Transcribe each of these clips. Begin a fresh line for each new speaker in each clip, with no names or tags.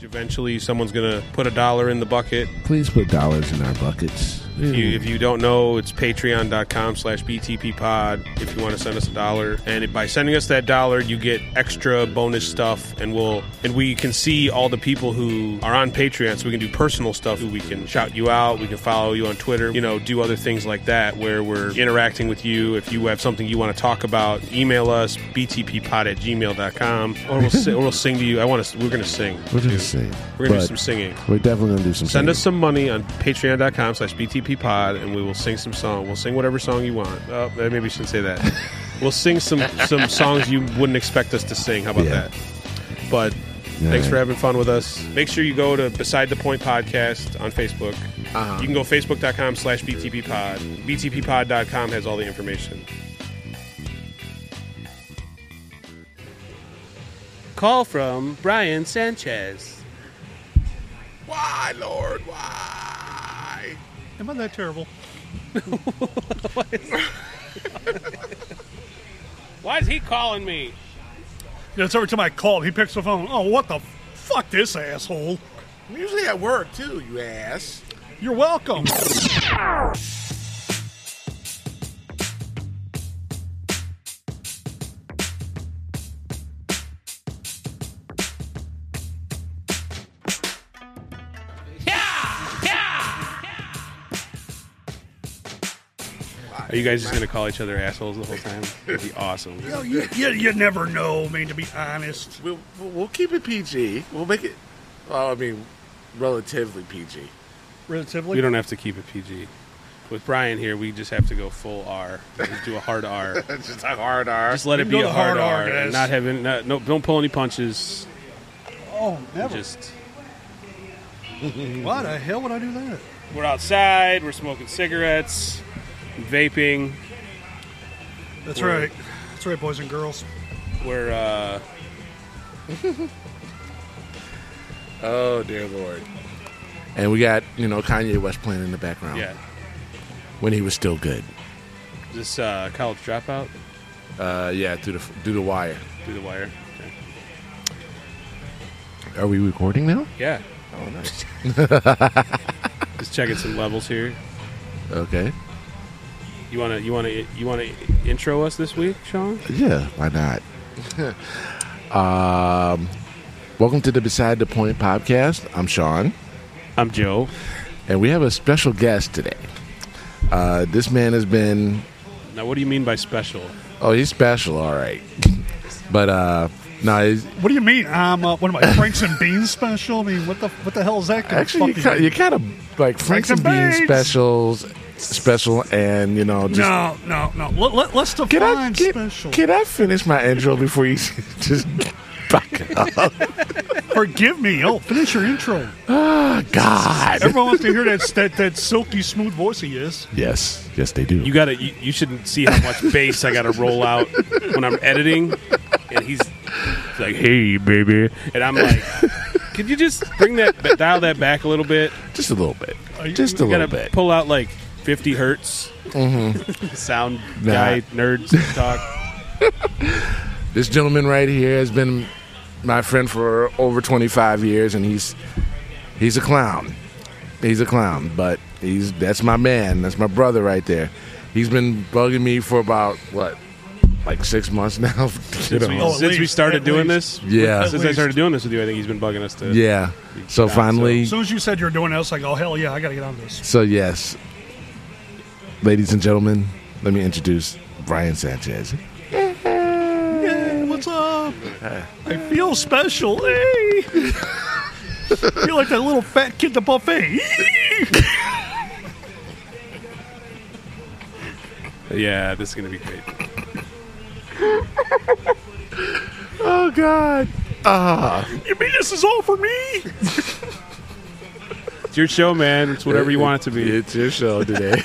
Eventually, someone's gonna put a dollar in the bucket.
Please put dollars in our buckets.
If you, if you don't know, it's patreon.com slash BTP pod if you want to send us a dollar. And by sending us that dollar, you get extra bonus stuff and we'll and we can see all the people who are on Patreon so we can do personal stuff. We can shout you out, we can follow you on Twitter, you know, do other things like that where we're interacting with you. If you have something you want to talk about, email us btppod at gmail.com or we'll, si- or we'll sing to you. I want to, we're going to sing.
We're
dude.
gonna sing.
We're going to do
But
some singing.
We're definitely gonna do
Send
some. singing.
us some money on patreon.com slash BTP pod and we will sing some song. We'll sing whatever song you want. Oh, maybe we shouldn't say that. we'll sing some, some songs you wouldn't expect us to sing. How about
Yeah.
that? But
Yeah.
thanks for having fun with us. Make sure you go to Beside the Point Podcast on Facebook.
Uh-huh.
You can go facebook.com slash BTP pod. BTPpod.com has all the information. Call from Brian Sanchez. Why, Lord? Why?
Am I that terrible?
Why is he calling me?
Yeah, it's every time I call, he picks the phone. Oh, what the fuck, this asshole?
I'm usually at work too, you ass.
You're welcome.
Are you guys just gonna call each other assholes the whole time? That'd be awesome.
you, you, you never know, I mean, to be honest.
We'll, we'll we'll keep it PG. We'll make it. Well, I mean, relatively PG.
Relatively.
We don't have to keep it PG. With Brian here, we just have to go full R. Just do a hard R.
That's just a hard R.
Just let it
You
be
know
a
the
hard,
hard
R.
R,
and
guys.
Not having not, no, don't pull any punches.
oh, never.
Just
Why the hell would I do that?
we're outside. We're smoking cigarettes, vaping.
That's
Word.
right. That's right, boys and girls.
We're uh,
Oh dear lord. And we got you know Kanye West playing in the background
yeah,
when he was still good.
this uh, college dropout
Uh, yeah, through the through the wire.
through the wire. Okay.
Are we recording now?
Yeah,
Oh nice.
just checking some levels here.
Okay.
You wanna you wanna you wanna intro us this week, Sean?
Yeah. Why not? um, welcome to the Beside the Point podcast. I'm Sean,
I'm Joe.
and we have a special guest today. Uh, this man has been
Now, what do you mean by special?
oh he's special, all right. But uh, no, he's,
What do you mean? I'm uh, what am I, Franks and Beans special? I mean, what the what the hell is that? Gonna
actually you
fucking
kind, you kind of like Frank's and
and
Beans
Beans.
specials, special, and you know just
no, no, no. Let, let, let's define
Can I can,
special.
can I finish my intro before you just back it up?
Forgive me. Oh, finish your intro.
Oh, God.
Everyone wants to hear that that, that silky smooth voice he is.
Yes, yes, they do.
You gotta. You, you shouldn't see how much bass I gotta roll out when I'm editing, and he's like, "Hey, baby," and I'm like, "Could you just bring that dial that back a little bit?
just a little bit,
you-
just a
You gotta
little bit.
pull out like 50 hertz." Sound
Mm-hmm. Nah.
guy nerds talk.
this gentleman right here has been my friend for over 25 years, and he's he's a clown. He's a clown, but he's that's my man. That's my brother right there. He's been bugging me for about what, like six months now. to get
Since we,
on.
since we
least,
started
at
doing
least.
this,
Yeah.
Since I
least.
started doing this with you, I think he's been bugging us to.
yeah. So
Yeah, so-
finally,
As soon as you said you're doing it, I was like, oh hell yeah, I gotta get on this.
So yes, ladies and gentlemen, let me introduce Brian Sanchez.
Hey, what's up? I feel special. Hey, feel like that little fat kid at the buffet.
Yeah, this is gonna be great.
Oh God!
you mean this is all for me?
It's your show, man. It's whatever you want it to be.
It's your show today,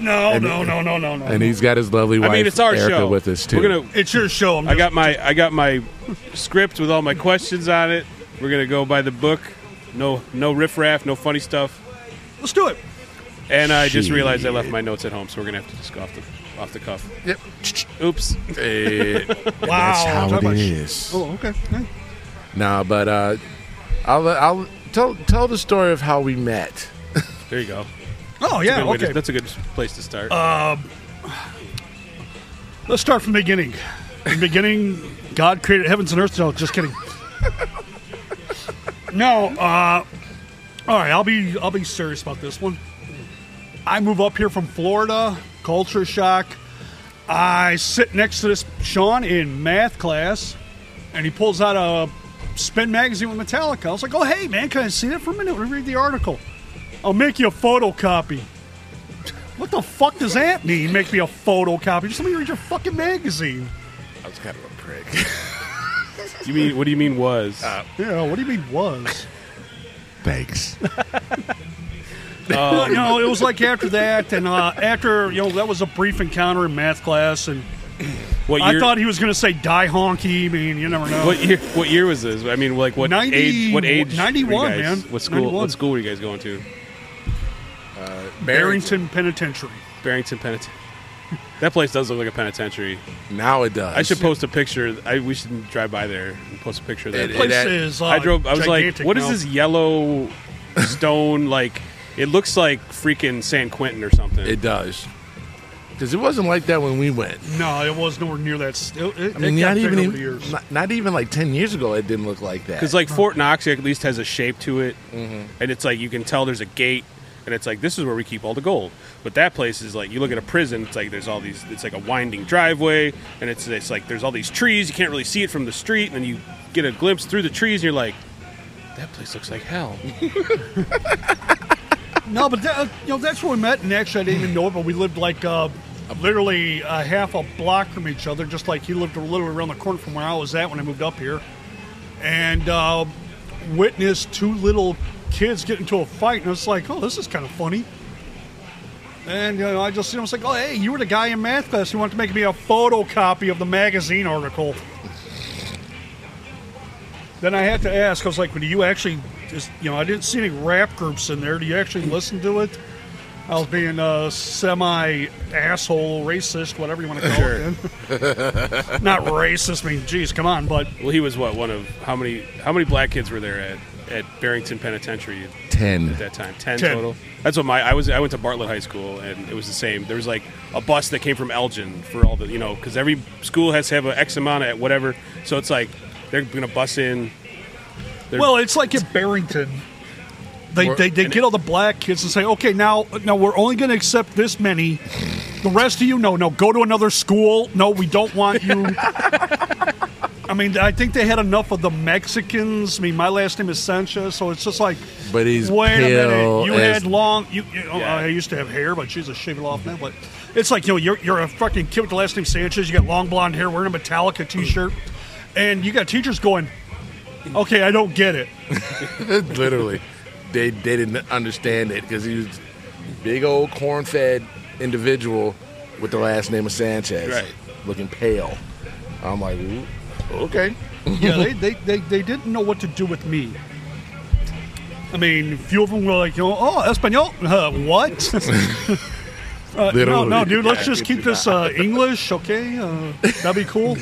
No, no, no, no, no, no.
and he's got his lovely wife
I mean, it's our
Erica
show.
with us too.
We're gonna
it's your show. I'm
I
just,
got my I got my script with all my questions on it. We're gonna go by the book. No no riffraff, no funny stuff.
let's do it.
And I just
Shit.
realized I left my notes at home, so we're gonna have to just go off the off the cuff.
Yep.
Oops.
Eh,
Wow,
that's how
talk
it
about sh-
is.
Oh, okay. Hey.
No, but uh, I'll I'll tell tell the story of how we met.
There you go.
Oh yeah,
Good way to-
okay. Uh,
that's a good place to start.
Let's start from the beginning. In the beginning, God created heavens and earth. No, just kidding. no, uh, all right, I'll be I'll be serious about this one. I move up here from Florida, culture shock. I sit next to this Sean in math class, and he pulls out a spin magazine with Metallica. I was like, "Oh, hey man, can I see that for a minute? Let me read the article. I'll make you a photocopy." What the fuck does that mean? Make me a photocopy? Just let me read your fucking magazine.
I was kind of a prick.
you mean what do you mean was?
Yeah, what do you mean was?
Thanks.
Well, you know, Uh, it was like after that, and uh, after you know that was a brief encounter in math class, and
what
I
year?
thought he was going to say die honky. I mean, you never know.
what year? What year was this? I mean, like what
90
age? What age? were you
91,
guys-
man.
What school?
91.
What school were you guys going to?
Barrington Penitentiary.
Barrington Penitentiary. That place does look like a penitentiary.
Now it does.
I should post a picture. I we should drive by there and post a picture of that.
It- it-
Place
that-
is. Uh,
I drove. I was like,
gigantic
what is
now.
this yellow stone? Like, it looks like freaking San Quentin or something.
It does. Because it wasn't like that when we went.
No, it was nowhere near that. s- It, it,
I mean,
it got
not even,
bigger
in-
over the years.
Not, not even like ten years ago, it didn't look like that.
Because like Fort Knox at least has a shape to it, and it's like you can tell there's a gate, and it's like this is where we keep all the gold. But that place is like you look at a prison. It's like there's all these. It's like a winding driveway, and it's it's like there's all these trees. You can't really see it from the street, and then you get a glimpse through the trees, and you're like, that place looks like hell.
No, but that, uh, you know that's where we met, and actually I didn't even know it, but we lived like uh, literally a half a block from each other, just like he lived literally around the corner from where I was at when I moved up here, and uh, witnessed two little kids get into a fight, and I was like, oh, this is kind of funny. And you know, I just you know, I was like, oh, hey, you were the guy in math class who wanted to make me a photocopy of the magazine article. Then I had to ask. I was like, well, "Do you actually, just, you know, I didn't see any rap groups in there. Do you actually listen to it?" I was being a semi asshole, racist, whatever you want to call it. Then. Not racist. I mean, geez, come on, but
well, he was what one of how many how many black kids were there at at Barrington Penitentiary
ten.
at that time? Ten,
Ten.
total. That's what my I was. I went to Bartlett High School, and it was the same. There was like a bus that came from Elgin for all the you know because every school has to have an X amount at whatever. So it's like they're gonna bus in. They're-
well, it's like in Barrington. They,
We're-
they, they get all the black kids and say, okay, now now we're only going to accept this many. The rest of you, no, no, go to another school. No, we don't want you. I mean, I think they had enough of the Mexicans. I mean, my last name is Sanchez, so it's just like,
But he's
wait a minute,
pale
you
as-
had long. You, you oh,
Yeah.
I used to have hair, but she's a shaved it off now. But it's like, you know, you're, you're a fucking kid with the last name Sanchez. You got long blonde hair, wearing a Metallica T-shirt, and you got teachers going, okay, I don't get it.
Literally, they they didn't understand it because he was a big old corn-fed individual with the last name of Sanchez,
Right.
Looking pale. I'm like, "Ooh, okay.
yeah, they, they, they, they didn't know what to do with me. I mean, a few of them were like, you know, oh, Espanol, uh, what? uh, no, no,
Literally.
dude, let's just keep this uh, English, okay? Uh, that'd be cool.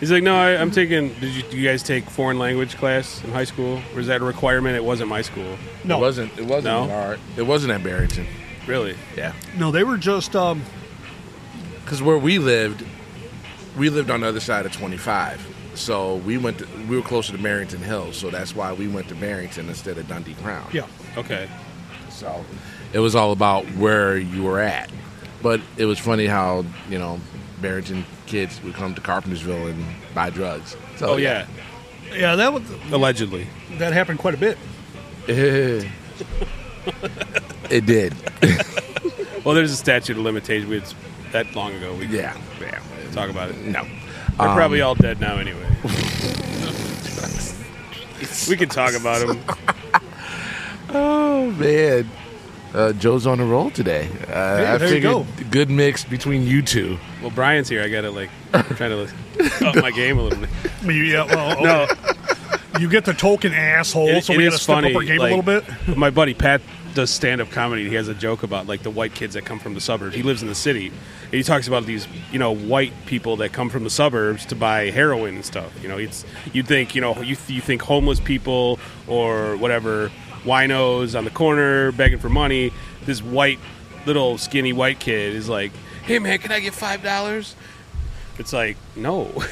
He's like, no, I, I'm taking. Did you, do you guys take foreign language class in high school? Or is that a requirement? It wasn't my school,
No,
It wasn't. It wasn't.
No.
in our- It wasn't at Barrington.
really.
Yeah.
no, they were just, um,
because where we lived, we lived on the other side of 25. So we went. To, we were closer to Barrington Hills, so that's why we went to Barrington instead of Dundee Crown.
yeah.
Okay.
So it was all about where you were at. But it was funny how you know Barrington kids would come to Carpentersville and buy drugs. So,
Oh yeah,
Yeah, that was,
allegedly.
that happened quite a bit.
it did.
Well, there's a statute of limitations. We had s- that long ago. We
Yeah. Yeah.
talk about it.
No.
They're probably all dead now anyway. we can talk about them.
Oh man, uh, Joe's on a roll today. Uh, I
there you
figured
go.
good mix between you two.
Well, Brian's here. I gotta like try to like, up my game a little bit.
I mean, yeah, well, okay. you get the token asshole,
It-
so
it
we
is
had to step up our game
like,
a little bit.
My buddy Pat
does stand up comedy. and He has a joke about like the white kids that come from the suburbs. He lives in the city. And he talks about these, you know, white people that come from the suburbs to buy heroin and stuff. You know, it's you'd think, you know, you, th- you think homeless people or whatever winos on the corner begging for money. This white little skinny white kid is like, "Hey man, can I get five dollars?" It's like, no.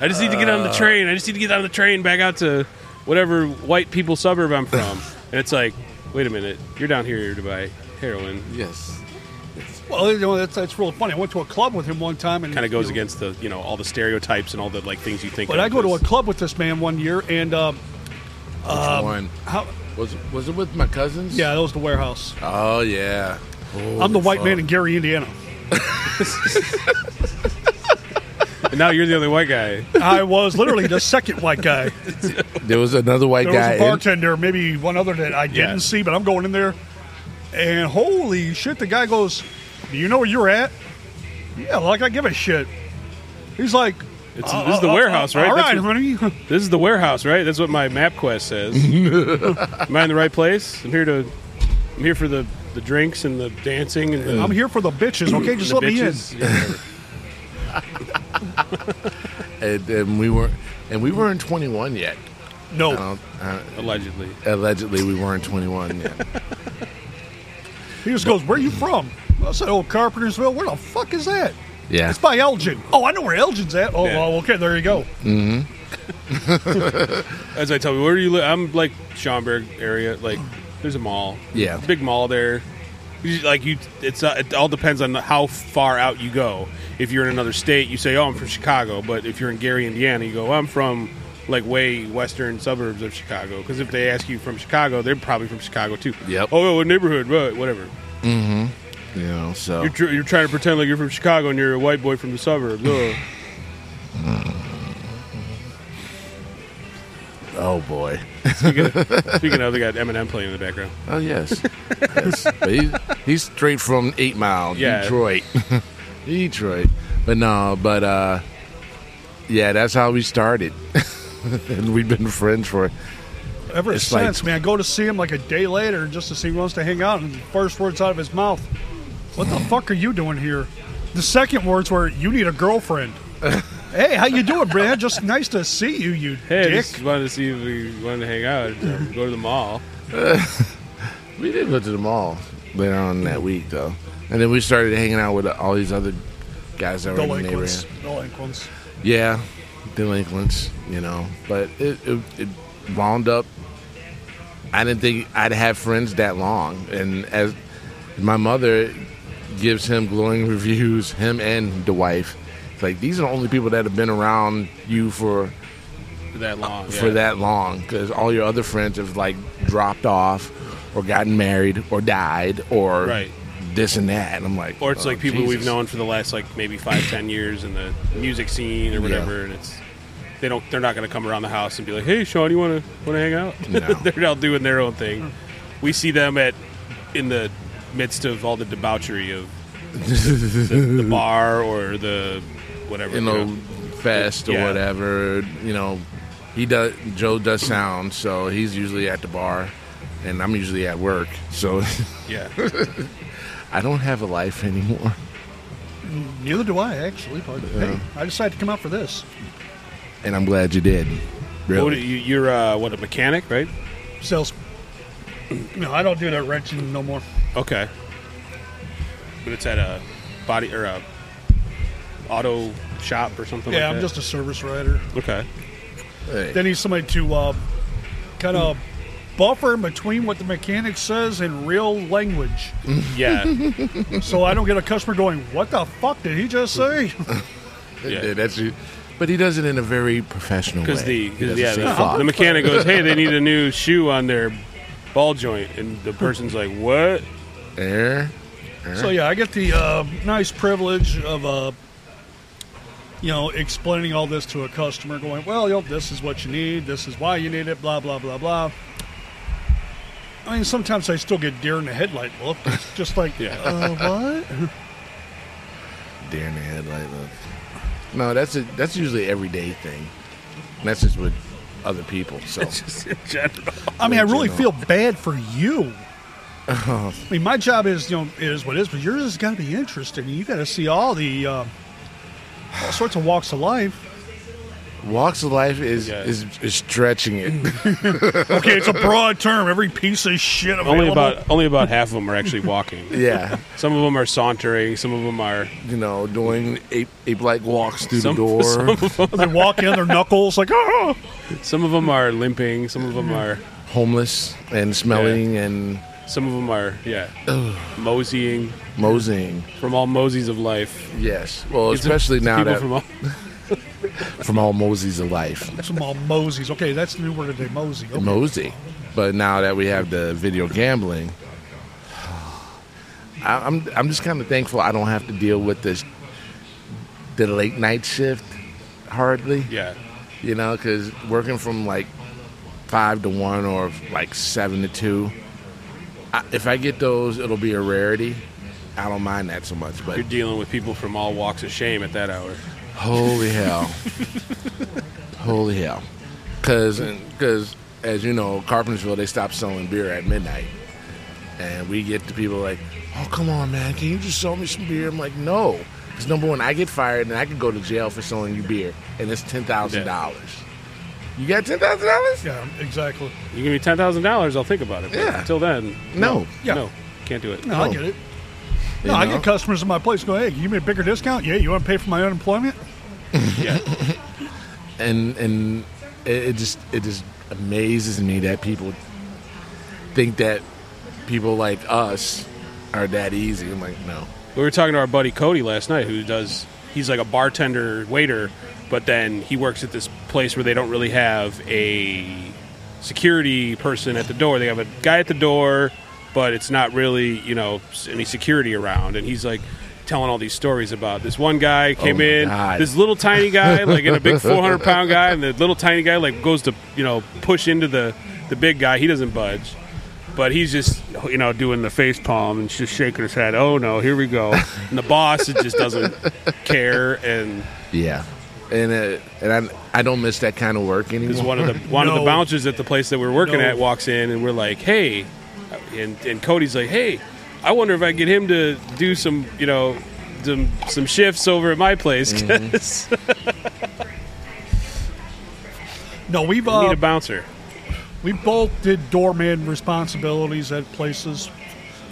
I just need to get on the train. I just need to get on the train back out to whatever white people suburb I'm from. and it's like, wait a minute, you're down here to buy heroin.
Yes.
Well, you know, that's, that's real funny. I went to a club with him one time, and
Kind of goes
you know,
against the you know all the stereotypes and all the like things you think.
But
of
I go to a
as-
club with this man one year, and um,
One.
how,
Was was it with my cousins?
yeah, that was the warehouse.
Oh yeah.
Oh,
I'm the white man in Gary, Indiana.
and now you're the only white guy.
I was literally the second white guy.
There was another white
There
guy.
was a bartender, maybe one other that I didn't
Yeah.
see, but I'm going in there, and holy shit, the guy goes, "Do you know where you're at?" Yeah, like I give a shit. He's like,
It's,
"Uh,
this is the
uh, uh,
warehouse,
uh,
right?
All
That's
right,
what-
honey.
this is the warehouse, right? That's what my map quest says. Am I in the right place? I'm here to. I'm here for the the drinks and the dancing and the.
I'm here for the bitches. Okay, just
the
let me in.
bitches. Yeah.
and, and we were and we weren't 21 yet.
No,
I don't- I-
allegedly.
allegedly, we weren't 21 yet.
he just goes, "Where you from?" I said, "Oh, Carpentersville. Where the fuck is that?"
Yeah.
It's by Elgin. Oh, I know where Elgin's at. Oh,
Yeah.
well, okay, there you go.
As I tell you, where do you live? I'm like Schaumburg area. Like, there's a mall.
Yeah.
big mall there. You- Like you, it's uh, it all depends on how far out you go. If you're in another state, you say, "Oh, I'm from Chicago," but if you're in Gary, Indiana, you go, "I'm from like way western suburbs of Chicago." Because if they ask you from Chicago, they're probably from Chicago too.
Yep.
Oh, what neighborhood? Right, whatever.
You know, so
You're, tr- you're trying to pretend like you're from Chicago and you're a white boy from the suburbs. Ugh.
oh boy.
speaking, of, speaking of, they got Eminem playing in the background.
Oh yes. yes. But he, he's straight from 8 Mile,
Yeah.
Detroit. Detroit. But no, but uh yeah, that's how we started. and we've been friends for
Ever
It's like-
since, man, I go to see him like a day later just to see if he wants to hang out, and the first words out of his mouth, "What the fuck are you doing here?" The second words were, "You need a girlfriend." hey, how you doing, Brad? Just nice to see you, you
Hey, I
dick.
just wanted to see if we wanted to hang out, um, go to the mall.
We did go to the mall later on that week, though, and then we started hanging out with all these other guys that were in the
Delinquents,
neighborhood.
delinquents.
Yeah, delinquents, you know. But it, it, it wound up. I didn't think I'd have friends that long, and as my mother gives him glowing reviews, him and the wife. It's like these are the only people that have been around you for
For that long.
for
yeah.
that long because all your other friends have like dropped off or gotten married or died or
Right.
this and that. And I'm like,
or it's
oh,
like people we've
Jesus.
known for the last like maybe five ten years in the music scene or whatever and it's they don't they're not going to come around the house and be like hey sean you want to want to hang out
No.
they're all doing their own thing we see them at in the midst of all the debauchery of the, the bar or the whatever
you know, fest or
Yeah.
whatever. You know, he does. Joe does sound, so he's usually at the bar, and I'm usually at work. So
yeah
I don't have a life anymore.
Neither do I actually. But hey, I decided to come out for this.
And I'm glad you did. Really,
What, you, you're uh, what a mechanic right
Sales. No, I don't do that wrenching no more.
okay but it's at a body or a auto shop or something
yeah,
like
I'm
that.
just a service writer.
okay
Hey.
They need somebody to uh, kind of buffer in between what the mechanic says and real language.
yeah
so I don't get a customer going, What the fuck did he just say?
Yeah.
that's you. But he does it in a very professional way.
Because the,
He
cause,
doesn't
yeah,
say
the,
fuck.
the mechanic goes, "Hey, they need a new shoe on their ball joint," and the person's like, "What?"
Air.
so yeah, I get the uh, nice privilege of, uh, you know, explaining all this to a customer, going, Well, you know, this is what you need, this is why you need it, blah, blah, blah, blah. I mean, sometimes I still get deer in the headlight look. It's just like,
Yeah.
uh, what?
deer in the headlight look. No, that's a, that's usually everyday thing. And That's just what other people. So
Just in general.
I mean, I really feel bad for you. I mean, my job is, you know, is what it is, but yours has got to be interesting. You got to see all the uh, all sorts of walks of life.
walks of life is
Yeah.
is, is stretching it.
Okay, it's a broad term. Every piece of shit available.
Only about only about half of them are actually walking.
yeah,
Some of them are sauntering. Some of them are
you know, doing ape ape like walks through
Some-
the door.
they walk in, their knuckles like, oh,
some of them are limping. Some of them are
homeless and smelling and
some of them are yeah moseying
moseying.
from all moseys of life.
Yes, well,
It's a-
especially
it's
now
people from
that from,
all,
all Mosey's of life,
some all moseys. Okay, that's the new word today, mosey. Okay.
Mosey. But now that we have the video gambling, I, I'm I'm just kind of thankful I don't have to deal with this the late night shift hardly.
yeah
you know, because working from like five to one or like seven to two, I, if I get those, it'll be a rarity. I don't mind that so much, but
you're dealing with people from all walks of shame at that hour.
holy hell, holy hell, because because as you know, Carpentersville they stop selling beer at midnight, and we get the people like, oh come on man, can you just sell me some beer? I'm like, no, because number one, I get fired and I could go to jail for selling you beer, and it's ten thousand dollars. You got ten thousand dollars?
Yeah, exactly.
You give me ten thousand dollars, I'll think about it. But
Yeah.
Until then,
No.
Yeah.
no, can't do it.
No, I
No.
get it.
You
No, I
know?
get customers in my place go, hey, you made a bigger discount? Yeah, you want to pay for my unemployment?
Yeah,
and and it, it just it just amazes me that people think that people like us are that easy. I'm like, no,
we were talking to our buddy Cody last night, who does he's like a bartender waiter, but then he works at this place where they don't really have a security person at the door. They have a guy at the door, but it's not really you know s- any security around. And he's like telling all these stories about this one guy came
Oh my
in,
God.
this little tiny guy like in a big 400 pound guy, and the little tiny guy like goes to you know push into the the big guy. He doesn't budge. But he's just, you know, doing the face palm and just shaking his head. Oh no, here we go. And the boss it just doesn't care, and
yeah, and uh, and I I don't miss that kind of work
Because
anymore.
one of the one of
No.
the bouncers at the place that we're working
No.
at walks in, and we're like, "Hey," and and Cody's like, "Hey, I wonder if I can get him to do some, you know, some some shifts over at my place
Mm-hmm.
'cause
No, we've
I
uh,
need a bouncer."
we both did doorman responsibilities at places,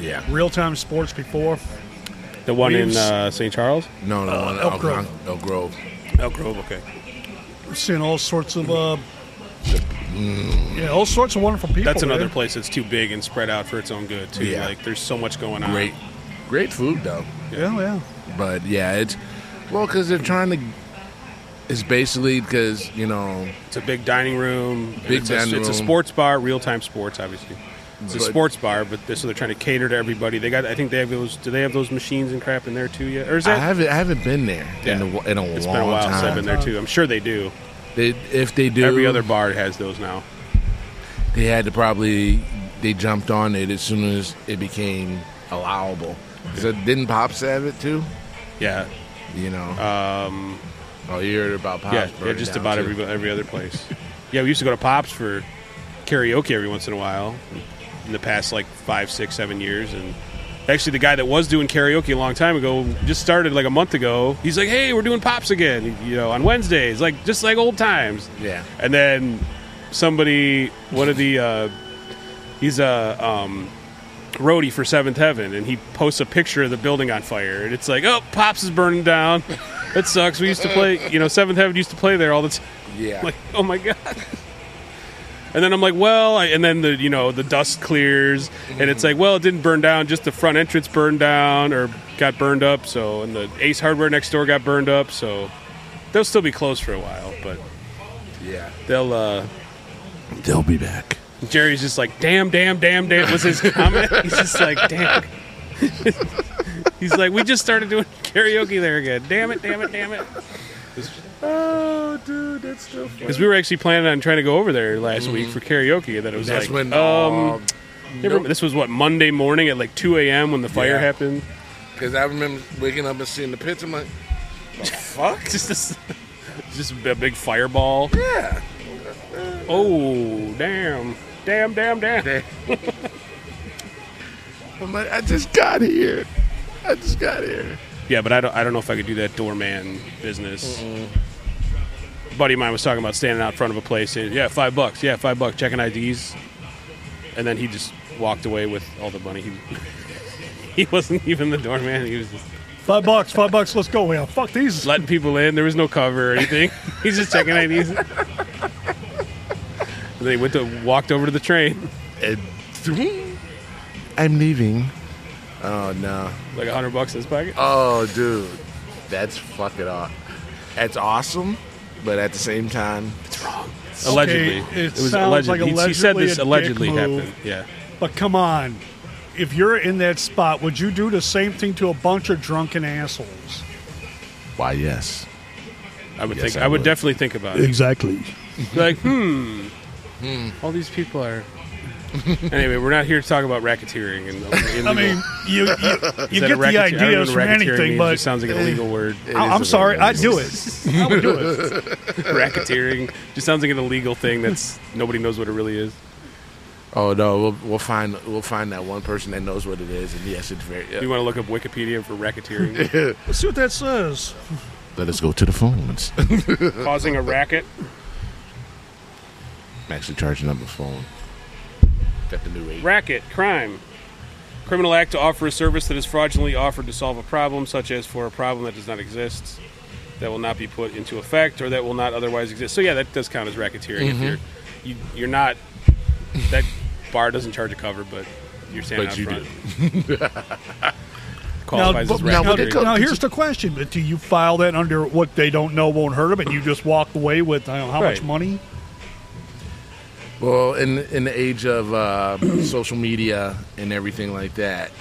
yeah,
real time sports before.
The one in
We've-
uh, St. Charles,
no, no,
Uh,
no, no,
Elk Grove.
Elk Grove.
Elk Grove. Okay,
We've seen all sorts of, uh, yeah, all sorts of wonderful people.
Mm. that's another
man.
place that's too big and spread out for its own good too.
Yeah.
Like, there's so much going on.
Great, great food though.
Yeah, yeah.
But yeah, it's well because they're trying to. It's basically because you know
It's a big dining room. and
Big
it's
dining
a, It's a
room.
sports bar, real time sports, obviously. It's a
But-
sports bar, but they're, so they're trying to cater to everybody. They got, I think they have those. Do they have those machines and crap in there too yet? Or is
I
that?
haven't I haven't been there in a,
Yeah.
wh- in a
It's
long
been a while
time.
since I've been there too. I'm sure they do.
They, if they do,
Every other bar has those now.
they had to probably they jumped on it as soon as it became allowable.
Mm-hmm.
So didn't Pops have it too?
Yeah,
You know. Um. Oh, you heard about Pops?
yeah, yeah.
burning
Just
down,
about
too.
every every other place. yeah, we used to go to Pops for karaoke every once in a while. In the past, like five, six, seven years, and actually, the guy that was doing karaoke a long time ago just started like a month ago. He's like, "Hey, we're doing Pops again, you know, on Wednesdays, like just like old times."
Yeah.
And then somebody, one of the, uh, he's a um, roadie for Seventh Heaven, and he posts a picture of the building on fire, and it's like, oh, Pops is burning down. That sucks. We used to play, you know, Seventh Heaven used to play there all the time.
Yeah.
Like, oh my god. And then I'm like, well, I, and then the you know the dust clears, and it's like, well, it didn't burn down, just the front entrance burned down or got burned up. So, and the Ace Hardware next door got burned up. So, they'll still be closed for a while, but
yeah.
they'll uh,
They'll be back.
Jerry's just like, damn, damn, damn, damn was his comment. He's just like, damn. He's like, we just started doing karaoke there again. Damn it, damn it, damn it.
Oh, dude, that's so funny. Mm.
Because we were actually planning on trying to go over there last week for karaoke, and then it was
That's
like,
when.
um,
Um.
never- this was what Monday morning at like 2 a.m. when the fire
Yeah.
happened.
Because I remember waking up and seeing the pits. I'm like,
Fuck, just this, just a big fireball.
yeah. Uh,
Oh, damn. Damn, damn, damn.
I'm like, I just got here. I just got here.
Yeah, but I don't, I don't know if I could do that doorman business. buddy of mine was talking about standing out front of a place and, yeah, five bucks. Yeah, five bucks. Checking IDs. And then he just walked away with all the money. He, he wasn't even the doorman. He was just
Five bucks, five bucks, let's go. Yeah, fuck these.
letting people in. There was no cover or anything. He's just checking IDs. and then he went to walked over to the train.
And I'm leaving. Oh no.
Like a hundred bucks in his pocket.
Oh dude. That's fucking aw That's awesome, but at the same time,
Allegedly,
Okay, it sounds like
He- he, said
allegedly
this
a dick
allegedly
move.
happened. Yeah,
But come on. If you're in that spot, would you do the same thing to a bunch of drunken assholes?
why yes.
I would
Yes,
think.
I
I, would
would.
definitely think about it.
Exactly.
like, hmm, all these people are. anyway, we're not here to talk about racketeering. And
I mean, you, you, you get the ideas from anything, but
it sounds like an illegal word.
It
I,
is
I'm
a
sorry,
very-
I'd do it. I would do it.
racketeering just sounds like an illegal thing that's nobody knows what it really is.
Oh no, we'll, we'll find we'll find that one person that knows what it is, and yes, it's very.
You want to look up Wikipedia for racketeering?
Let's see what that says.
Let us go to the phones.
Causing a racket.
I'm actually charging up my phone. Got the new eight.
Racket, crime. Criminal act to offer a service that is fraudulently offered to solve a problem, such as for a problem that does not exist, that will not be put into effect, or that will not otherwise exist. So yeah, that does count as racketeering. If
Mm-hmm.
you're you, you're not that bar doesn't charge a cover, but you're standing
But
out
you
front.
Now,
Qualifies
but-
as
now,
now would
racketeering.
it co-
now here's the question: but Do you file that under what they don't know won't hurt them, and you just walk away with I don't know, how much
Right.
money?
Well, in in the age of uh, social media and everything like that,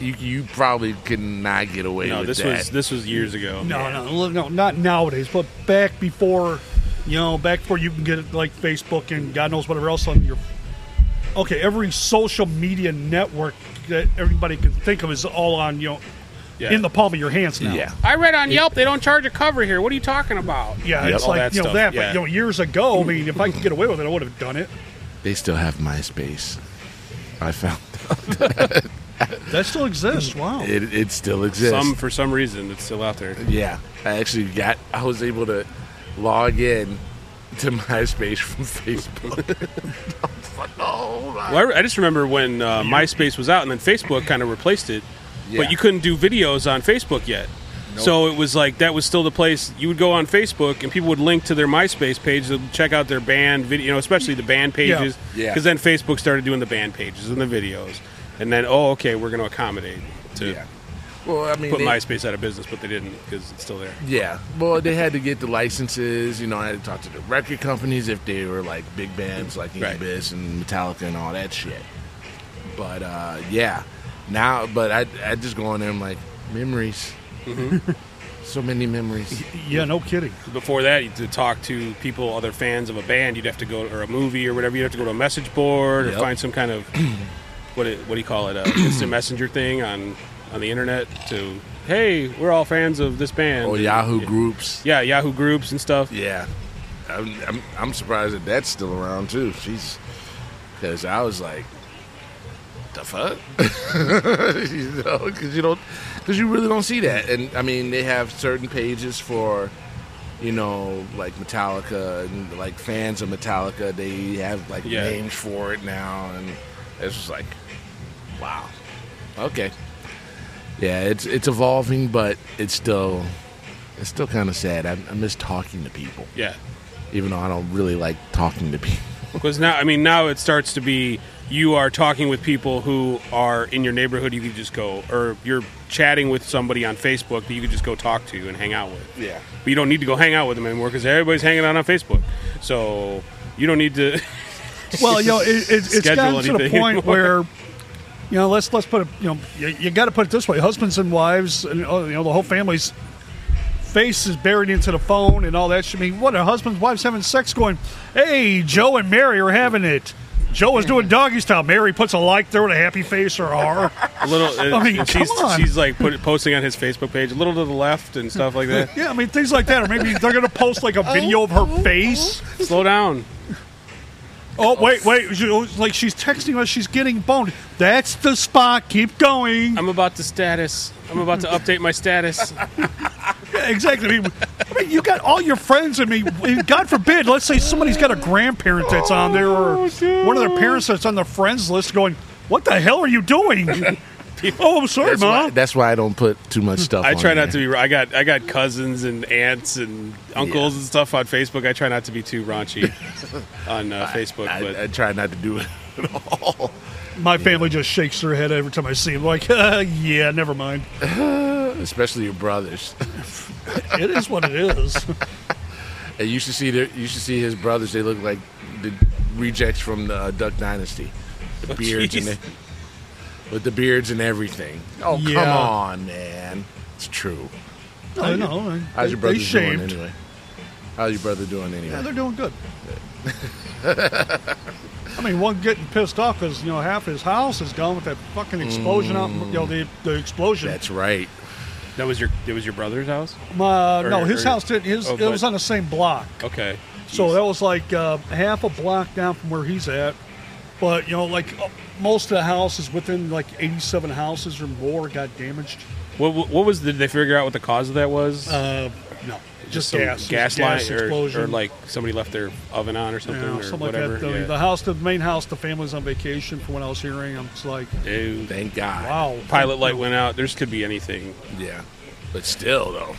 you you probably could not get away
no,
with
this
that.
was this was years ago.
No, no, look, no, not nowadays, but back before, you know, back before you can get like Facebook and God knows whatever else on your. Okay, every social media network that everybody can think of is all on you know,
Yeah.
in the palm of your hands now.
yeah,
I read on Yelp they don't charge a cover here. What are you talking about?
Yeah,
Yep.
it's
All
like
that
you know
stuff,
that,
yeah.
but you know, years ago, I mean, if I could get away with it, I would have done it.
they still have MySpace. I found
That still exists. Wow.
it. It still exists.
Some for some reason it's still out there.
yeah, I actually got. I was able to log in to MySpace from Facebook. I was like, oh my.
Well, I, I just remember when uh, MySpace was out, and then Facebook kind of replaced it.
Yeah.
But you couldn't do videos on Facebook yet. So it was like that was still the place you would go on Facebook, and people would link to their MySpace page to check out their band video, you know, especially the band
Yeah.
pages.
Yeah.
Because then Facebook started doing the band pages and the videos, and then oh, okay, we're going to accommodate to
Yeah. Well, I mean,
put
they-
MySpace out of business, but they didn't because it's still there.
Yeah. Well, they had to get the licenses. You know, I had to talk to the record companies if they were like big bands like
Right.
Incubus and Metallica and all that shit. But uh, yeah, now, but I, I just go on there. I'm like memories. Mm-hmm. so many memories.
Yeah, no kidding.
Before that, you had to talk to people, other fans of a band, you'd have to go or a movie or whatever. You'd have to go to a message board
Yep.
or find some kind of what it, what do you call it, a instant messenger thing on on the internet to hey, we're all fans of this band.
Or
And-
Oh, Yahoo groups.
Yeah, Yahoo groups and stuff.
Yeah. I'm, I'm, I'm surprised that that's still around too. She's because I was like, the fuck, you know, because you don't, because you really don't see that. And I mean, they have certain pages for, you know, like Metallica and like fans of Metallica. They have like
Yeah.
names for it now, and it's just like, wow, okay, yeah, it's it's evolving, but it's still. It's still kind of sad. I, I miss talking to people
Yeah.
even though I don't really like talking to people.
Because now, I mean, now it starts to be you are talking with people who are in your neighborhood you could just go, or you're chatting with somebody on Facebook that you could just go talk to and hang out with.
Yeah.
But you don't need to go hang out with them anymore because everybody's hanging out on Facebook. So you don't need to.
Well, you know, it, it, it's
Schedule
gotten to the
anything
point
anymore.
where, you know, let's let's put it, you know, you, you got to put it this way: husbands and wives, and uh, you know, the whole family's face is buried into the phone and all that. Should mean what are husbands, wives having sex? Going, hey, Joe and Mary are having it. Joe is doing doggy style. Mary puts a like there with a happy face or R.
a little.
I mean, come
she's,
on.
she's like put, posting on his Facebook page, a little to the left and stuff like that.
Yeah, I mean things like that, or maybe they're gonna post like a video of her face.
Slow down.
Oh wait, wait! she- Like she's texting us, she's getting boned. That's the spot. Keep going.
I'm about to status. I'm about to update my status.
Exactly. I mean, I mean, you got all your friends. I mean, God forbid, let's say somebody's got a grandparent that's on there,
Oh,
or one of their parents that's on their friends list, going, "What the hell are you doing?" oh, I'm sorry,
That's why,
mom.
that's why I don't put too much stuff.
I
on
try not
there.
to be. I got I got cousins and aunts and uncles and stuff on Facebook. I try not to be too raunchy on uh, Facebook, but
I, I try not to do it.
My family just shakes their head every time I see him. Like, uh, yeah, never mind.
especially your brothers.
It is what it is.
And you should see their, you should see his brothers. They look like the rejects from the uh, Duck Dynasty, the beards and
jeez.
the, with the beards and everything. Oh come
Yeah.
on, man, it's true.
I know.
How's
they-
your
they
brother doing
shaved.
anyway? How's your brother doing
Yeah,
anyway?
they're doing good. I mean, one getting pissed off because you know half his house is gone with that fucking explosion out. You know the, the explosion.
That's right.
that was your that was your brother's house.
Uh, no,
or-
his
or-
house didn't. His
oh,
it
but-
was on the same block,
Okay,
so that was like uh, half a block down from where he's at. But you know, like uh, most of the houses within like 87 houses or more got damaged.
what what what was the, did they figure out what the cause of that was?
Uh, no, just,
some
gas,
gas
gas
line or-
explosion,
or, like somebody left their oven on or something
you know,
or
something
whatever.
like that. The, the house, the main house, the family's on vacation. From what I was hearing, I'm just like,
yeah. Dude,
Thank God.
wow,
pilot light went out. There's could be anything.
Yeah, but still though,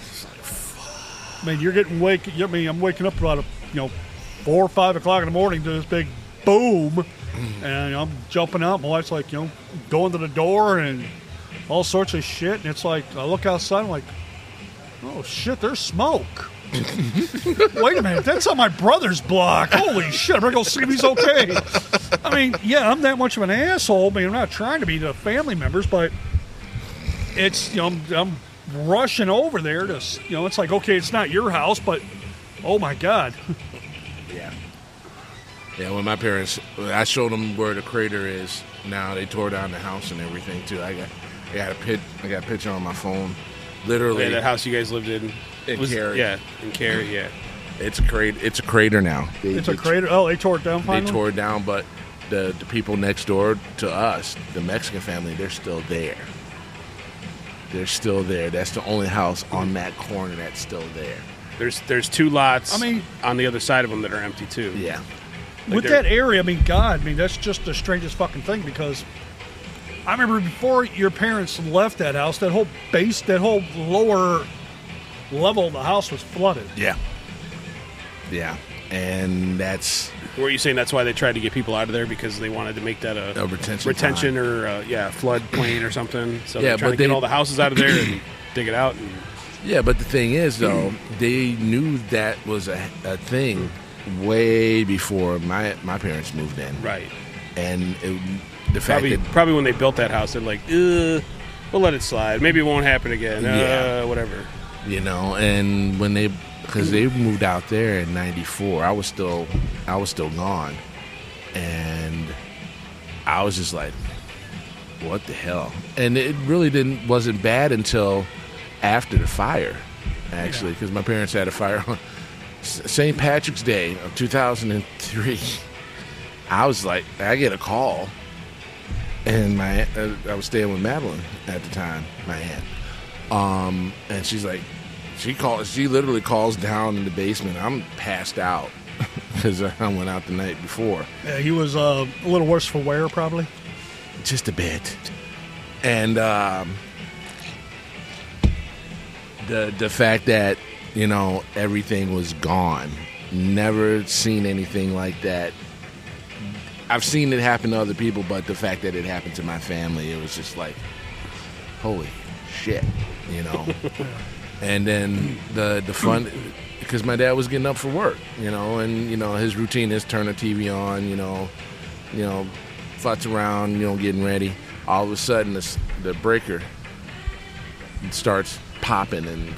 Man, you're getting wake. I mean, I'm waking up about a, you know four or five o'clock in the morning to this big boom, and I'm jumping out. My wife's like, you know, going to the door and all sorts of shit. And it's like I look outside, I'm like, oh shit, there's smoke. Wait a minute, that's on my brother's block. Holy shit, I'm gonna go see if he's okay. I mean, yeah, I'm that much of an asshole. I mean, I'm not trying to be to family members, but it's you know I'm, I'm rushing over there to s- you know it's like okay it's not your house but oh my god
Yeah. Yeah, when my parents, I showed them where the crater is. Now they tore down the house and everything too. I got, I got a pit, I got a picture on my phone. Literally,
Yeah, that house you guys lived in.
In
was-
Cary.
Yeah, in Cary. Yeah.
it's a crater. It's a crater now. They,
it's a
they-
crater oh they tore it down
They
finally
tore it down, but the the people next door to us, the Mexican family, they're still there. They're still there. That's the only house on that corner that's still there.
There's there's two lots.
I mean-
on the other side of them that are empty too.
Yeah.
with
they're-
that area I mean god I mean that's just the strangest fucking thing because I remember before your parents left that house that whole base that whole lower level of the house was flooded
Yeah. Yeah. And that's
Were you saying that's why they tried to get people out of there because they wanted to make that a,
A retention
retention or uh yeah floodplain or something? So
Yeah,
they're trying
but
to get
they-
all the houses out of there and dig it out. And
Yeah, but the thing is, though, they knew that was a, a thing way before my my parents moved in,
right,
and it, the fact
probably
that
probably when they built that house, they're like, Ugh, we'll let it slide. Maybe it won't happen again.
Yeah.
Uh, whatever.
you know, and when they because they moved out there in '94, I was still I was still gone, and I was just like, what the hell? And it really didn't wasn't bad until after the fire, actually, because my parents had a fire on St. Patrick's Day of 2003. I was like, I get a call, and my uh, I was staying with Madeline at the time, my aunt, um, and she's like, she calls, she literally calls down in the basement. I'm passed out because I went out the night before
yeah, he was uh, a little worse for wear probably
just a bit. And um, the the fact that you know everything was gone, never seen anything like that. I've seen it happen to other people, but the fact that it happened to my family, it was just like, holy shit, you know. and then the the fun because my dad was getting up for work, you know, and you know his routine is turn the TV on, you know, you know, futz around, you know, getting ready. All of a sudden, this, the breaker starts popping and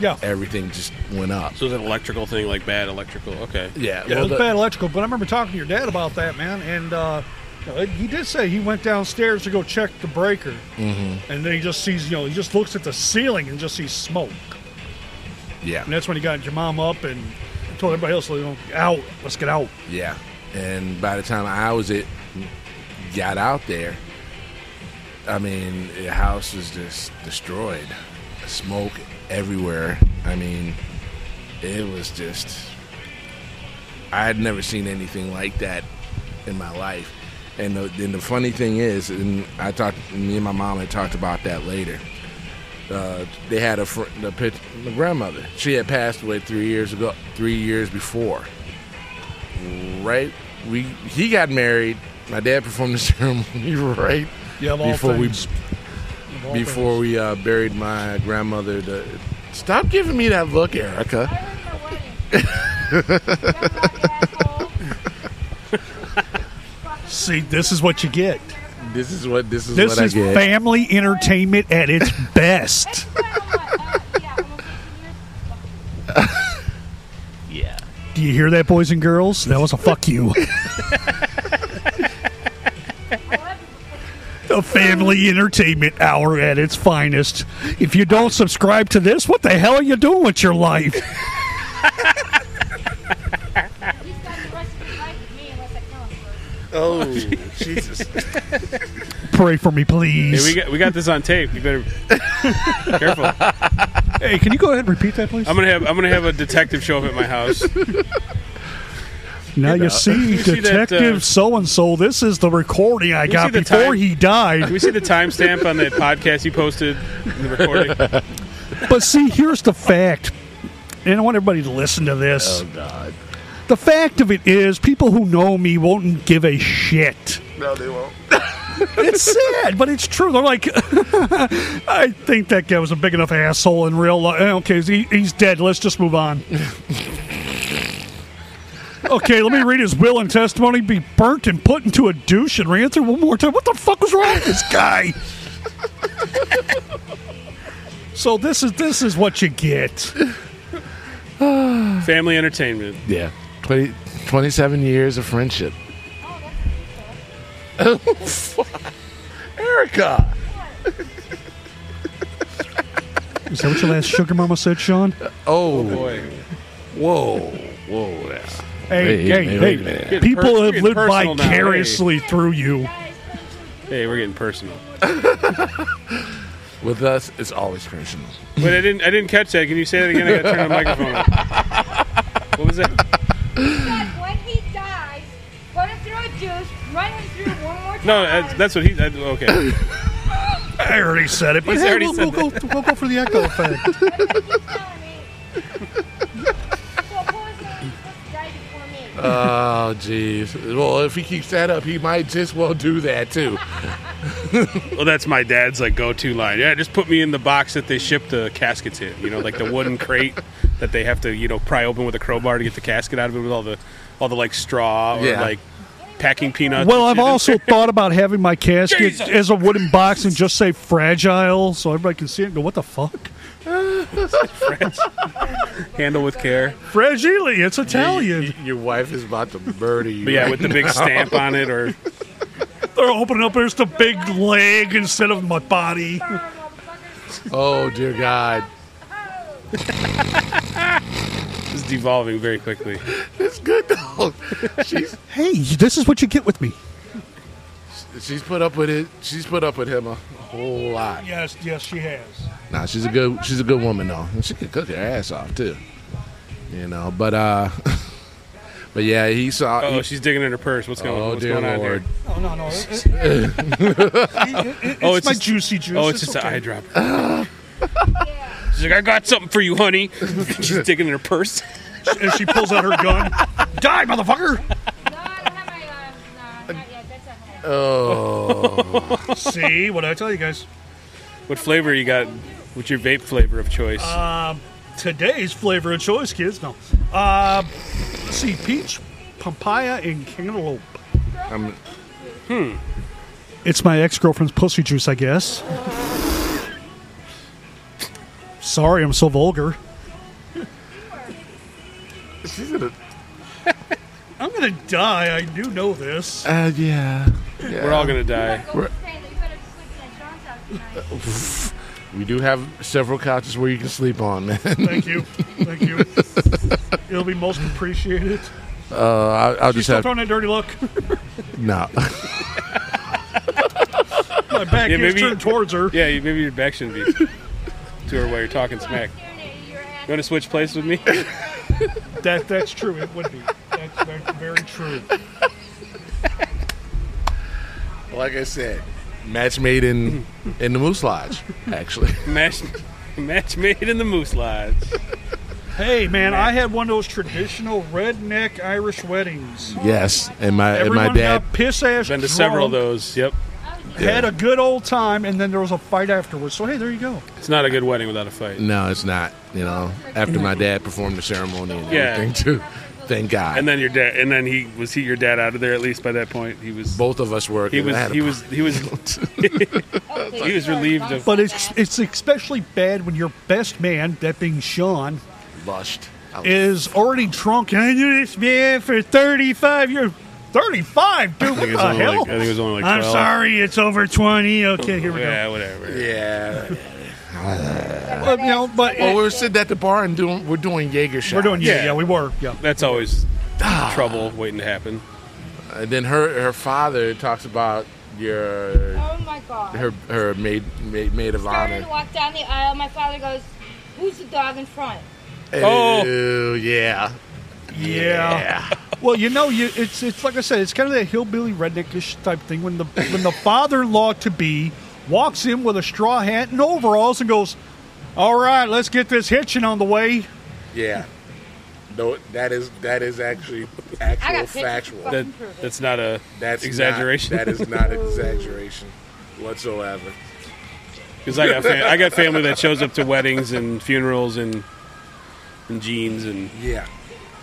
yeah
everything just went up.
So it's an electrical thing, like bad electrical. Okay.
Yeah,
Yeah,
well,
it was
the-
bad electrical, but I remember talking to your dad about that, man, and uh, you know, he did say he went downstairs to go check the breaker,
Mm-hmm.
and then he just sees, you know, he just looks at the ceiling and just sees smoke,
yeah,
and that's when he got your mom up and told everybody else, you know, out, let's get out.
yeah. And by the time I was it, got out there, I mean, the house was just destroyed. Smoke everywhere. I mean, it was just. I had never seen anything like that in my life. And the, then the funny thing is, and I talked, me and my mom had talked about that later. Uh, they had a fr- the, pit- the grandmother. She had passed away three years ago, three years before. Right, we he got married. My dad performed the ceremony right
Yeah, of all
before
things. Of all
we before we uh, buried my grandmother. To, stop giving me that look, Erica.
I was in the wedding. Shut up, asshole.
things. See, this is what you get.
This is what this is
This
what
is
I get.
family entertainment at its best.
Yeah.
Do you hear that, boys and girls? That was a fuck you. A family entertainment hour at its finest. If you don't subscribe to this, what the hell are you doing with your life?
He's got the rest of his life with me unless I kill him first.
oh Jesus!
Pray for me,
Hey, we
please.
got we got this on tape. You better careful. I'm
Hey, can you go ahead and repeat that, please?
gonna have I'm gonna have a detective show up at my house.
Now you see,
see that, uh,
Detective So and So. This is the recording I got
see the
before
time?
he
Can
died.
we see the timestamp on that podcast you posted in the recording?
But see, here's the fact, and I want everybody to listen to this.
Oh God!
The fact of it is, people who know me won't give a shit.
No, they won't.
It's sad, but it's true. They're like, I think that guy was a big enough asshole in real life. Okay, he, he's dead. Let's just move on. okay, let me read his will and testimony. Be burnt and put into a douche and ran through one more time. What the fuck was wrong with this guy? so this is this is what you get.
Family entertainment.
Yeah, 20, 27 years of friendship.
Oh, that's a pizza.
Erica.
Is that what your last sugar mama said, Sean?
Oh,
Boy.
whoa, whoa! yeah.
Hey,
Wait,
hey,
wait,
hey!
wait a minute.
Getting
People
pers-
have
getting
lived
personal now, hey.
vicariously through you.
Guys,
Hey, we're getting personal.
With us, it's always personal.
Wait, I didn't I didn't catch that. Can you say that again? I gotta turn the microphone on. What was that?
said when he dies, put him through a juice, run him through one more time.
No, that's, that's what he. That, okay,
I already said it, but
He's
hey,
already
we'll,
said
we'll go, we'll go for the echo effect.
Keep telling me. So poison must die before me.
Oh, jeez. Well, if he keeps that up, he might just well do that too.
well that's my dad's like go-to line. Yeah, just put me in the box that they ship the caskets in. You know, like the wooden crate that they have to you know pry open with a crowbar to get the casket out of it with all the all the like straw or
Yeah.
like packing peanuts.
Well,
and
I've
shit in.
also thought about having my casket
Jesus.
as a wooden box and just say fragile so everybody can see it and go, what the fuck?
handle with care.
Fragile, it's Italian.
Your wife is about to murder you.
But yeah, with the big stamp on it or
They're opening up, there's the big leg instead of my body.
Burn, motherfuckers.
Oh dear God!
Oh.
it's devolving very quickly.
It's good though. She's
Hey, this is what you get with me.
she's put up with it. She's put up with him a whole lot.
Yes, yes, she has.
Nah, she's a good she's a good woman though, and she can cook her ass off too. You know, but uh, but yeah, he saw.
Oh,
he-
she's digging in her purse. What's going?
oh
what's
dear
going on
Lord!
here?
Oh, no, no. It, it, it's
Oh, it's
my
just-
juicy juice.
Oh, it's just
okay.
an eyedropper. She's like, I got something for you, honey. She's digging in her purse.
And she pulls out her gun. Die, motherfucker!
No, I don't have my, um, no, not yet. That's not happening.
See what I tell you guys.
What flavor you got? What's your vape flavor of choice?
today's flavor of choice, kids. No. Uh, let's see, peach, papaya, and cantaloupe. Hmm.
I'm-
It's my ex girlfriend's pussy juice, I guess. Sorry, I'm so vulgar.
She's gonna.
I'm gonna die. I do know this.
Uh, yeah. yeah.
We're all gonna die.
Go to say that you better sleep in that
Uh,
Sean's house tonight.
We do have several couches where you can sleep on, man.
Thank you. Thank you. It'll be most appreciated.
Uh, I'll, I'll
She's
just
still
have
throwing that dirty look.
no.
My back
Yeah,
is
maybe-
turned towards her.
Yeah, you- maybe your back shouldn't be to her while you're talking smack. You want to switch places with me?
That that's true. It would be. That's very, very true.
Like I said, match made in in the Moose Lodge. Actually,
Match, match made in the Moose Lodge.
Hey man, I had one of those traditional redneck Irish weddings.
yes, and my and
Everyone
my dad.
got piss ass.
Been to several of
drunk,
those. Yep.
Had a good old time, and then there was a fight afterwards. So hey, there you go.
It's not a good wedding without a fight.
No, it's not. You know, after my dad performed the ceremony and
Yeah.
everything too. Thank God.
And then your dad. And then he was he your dad out of there at least by that point. He was.
both of us were.
He
'cause I had
was.
a
He was. He was. He was relieved of-
But it's it's especially bad when your best man, that being Sean,
bust. I was-
is already drunk. I knew this man for 35 years. 35, dude. What
think
the
it's only
hell?
like- I think it was only like
I'm
12.
sorry, it's over 20. Okay, here we go.
Yeah, whatever.
yeah.
But, you know, but
Well, we were sitting at the bar and doing we're doing Jaeger shots.
we're doing yeah. yeah,
Yeah.
we were. Yeah.
That's always trouble waiting to happen.
And then her her father talks about your
Oh my god.
her her maid maid, maid of
Starting
honor.
to walk down the aisle, my father goes, "Who's the dog in front?"
Oh.
Ew, yeah.
Yeah. Well, you know, you it's it's like I said, it's kind of that hillbilly redneckish type thing when the when the father-in-law to be walks in with a straw hat and overalls and goes, "All right, let's get this hitching on the way."
Yeah. No, that is that is actually
I got
actual
pictures.
factual.
Fuck.
That that's not a
That's
exaggeration.
Not, that is not exaggeration whatsoever.
Because I got fam- I got family that shows up to weddings and funerals and and jeans and
Yeah.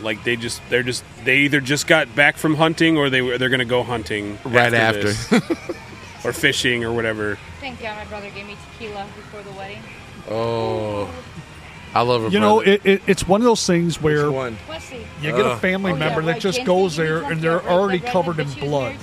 like they just they're just they either just got back from hunting or they were they're gonna go hunting
Right
this. or fishing or whatever.
Thank God my brother gave me tequila before the wedding.
Oh, I love her.
You know, it, it, it's one of those things where
one. Uh.
Wesley.
You get a
Ugh.
family
Oh, yeah,
member
my
that just
Gen Z
goes
baby
there
left
and
that
they're
red-
already
that redneck
covered
that
in
she was
blood.
married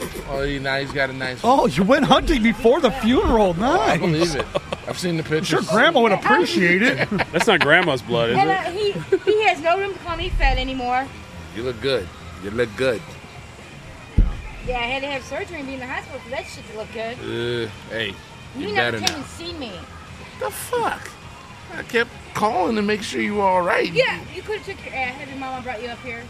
to.
Oh, he- now he's got a nice.
Oh, you went hunting before the funeral.
I
Nice.
believe it. I've seen the pictures.
Sure, Grandma would appreciate it.
That's not grandma's blood, is
And
it?
uh, he he has no room to call me fat anymore.
You look good. You look good.
Yeah, I had to have surgery and be in the hospital for that shit to look good.
Uh, hey,
You,
you better
never came
now.
and seen me.
The fuck? I kept calling to make sure you were all right.
Yeah, you could have took your. I had your mama brought you up here.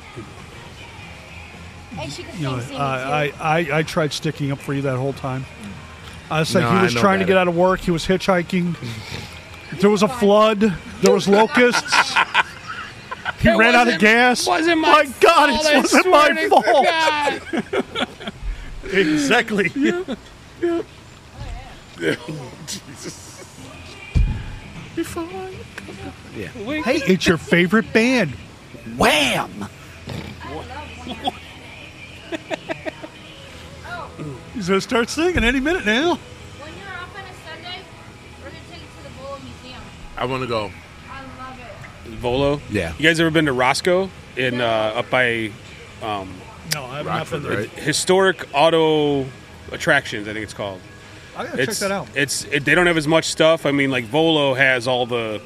And she could
You know,
come see me
I,
too.
I, I, I tried sticking up for you that whole time. I was like,
No,
he
I
was
know
trying to
better.
get out of work. He was hitchhiking. there was a flood. There was locusts. He ran out of gas.
wasn't my
God,
fault,
it
I
wasn't
swear
my
to
fault. exactly. Oh, hey, it's your favorite band. Wham! He's gonna start singing any minute now.
Oh, When you're off on a Sunday, we're gonna take you to the Bowl Museum.
I want to go.
I love it.
Volo.
Yeah.
You guys ever been to Roscoe in uh, up by
No, I've
Rockford, right?
historic auto attractions? I think it's called.
I gotta
it's,
check that out.
It's it, they don't have as much stuff. I mean, like Volo has all the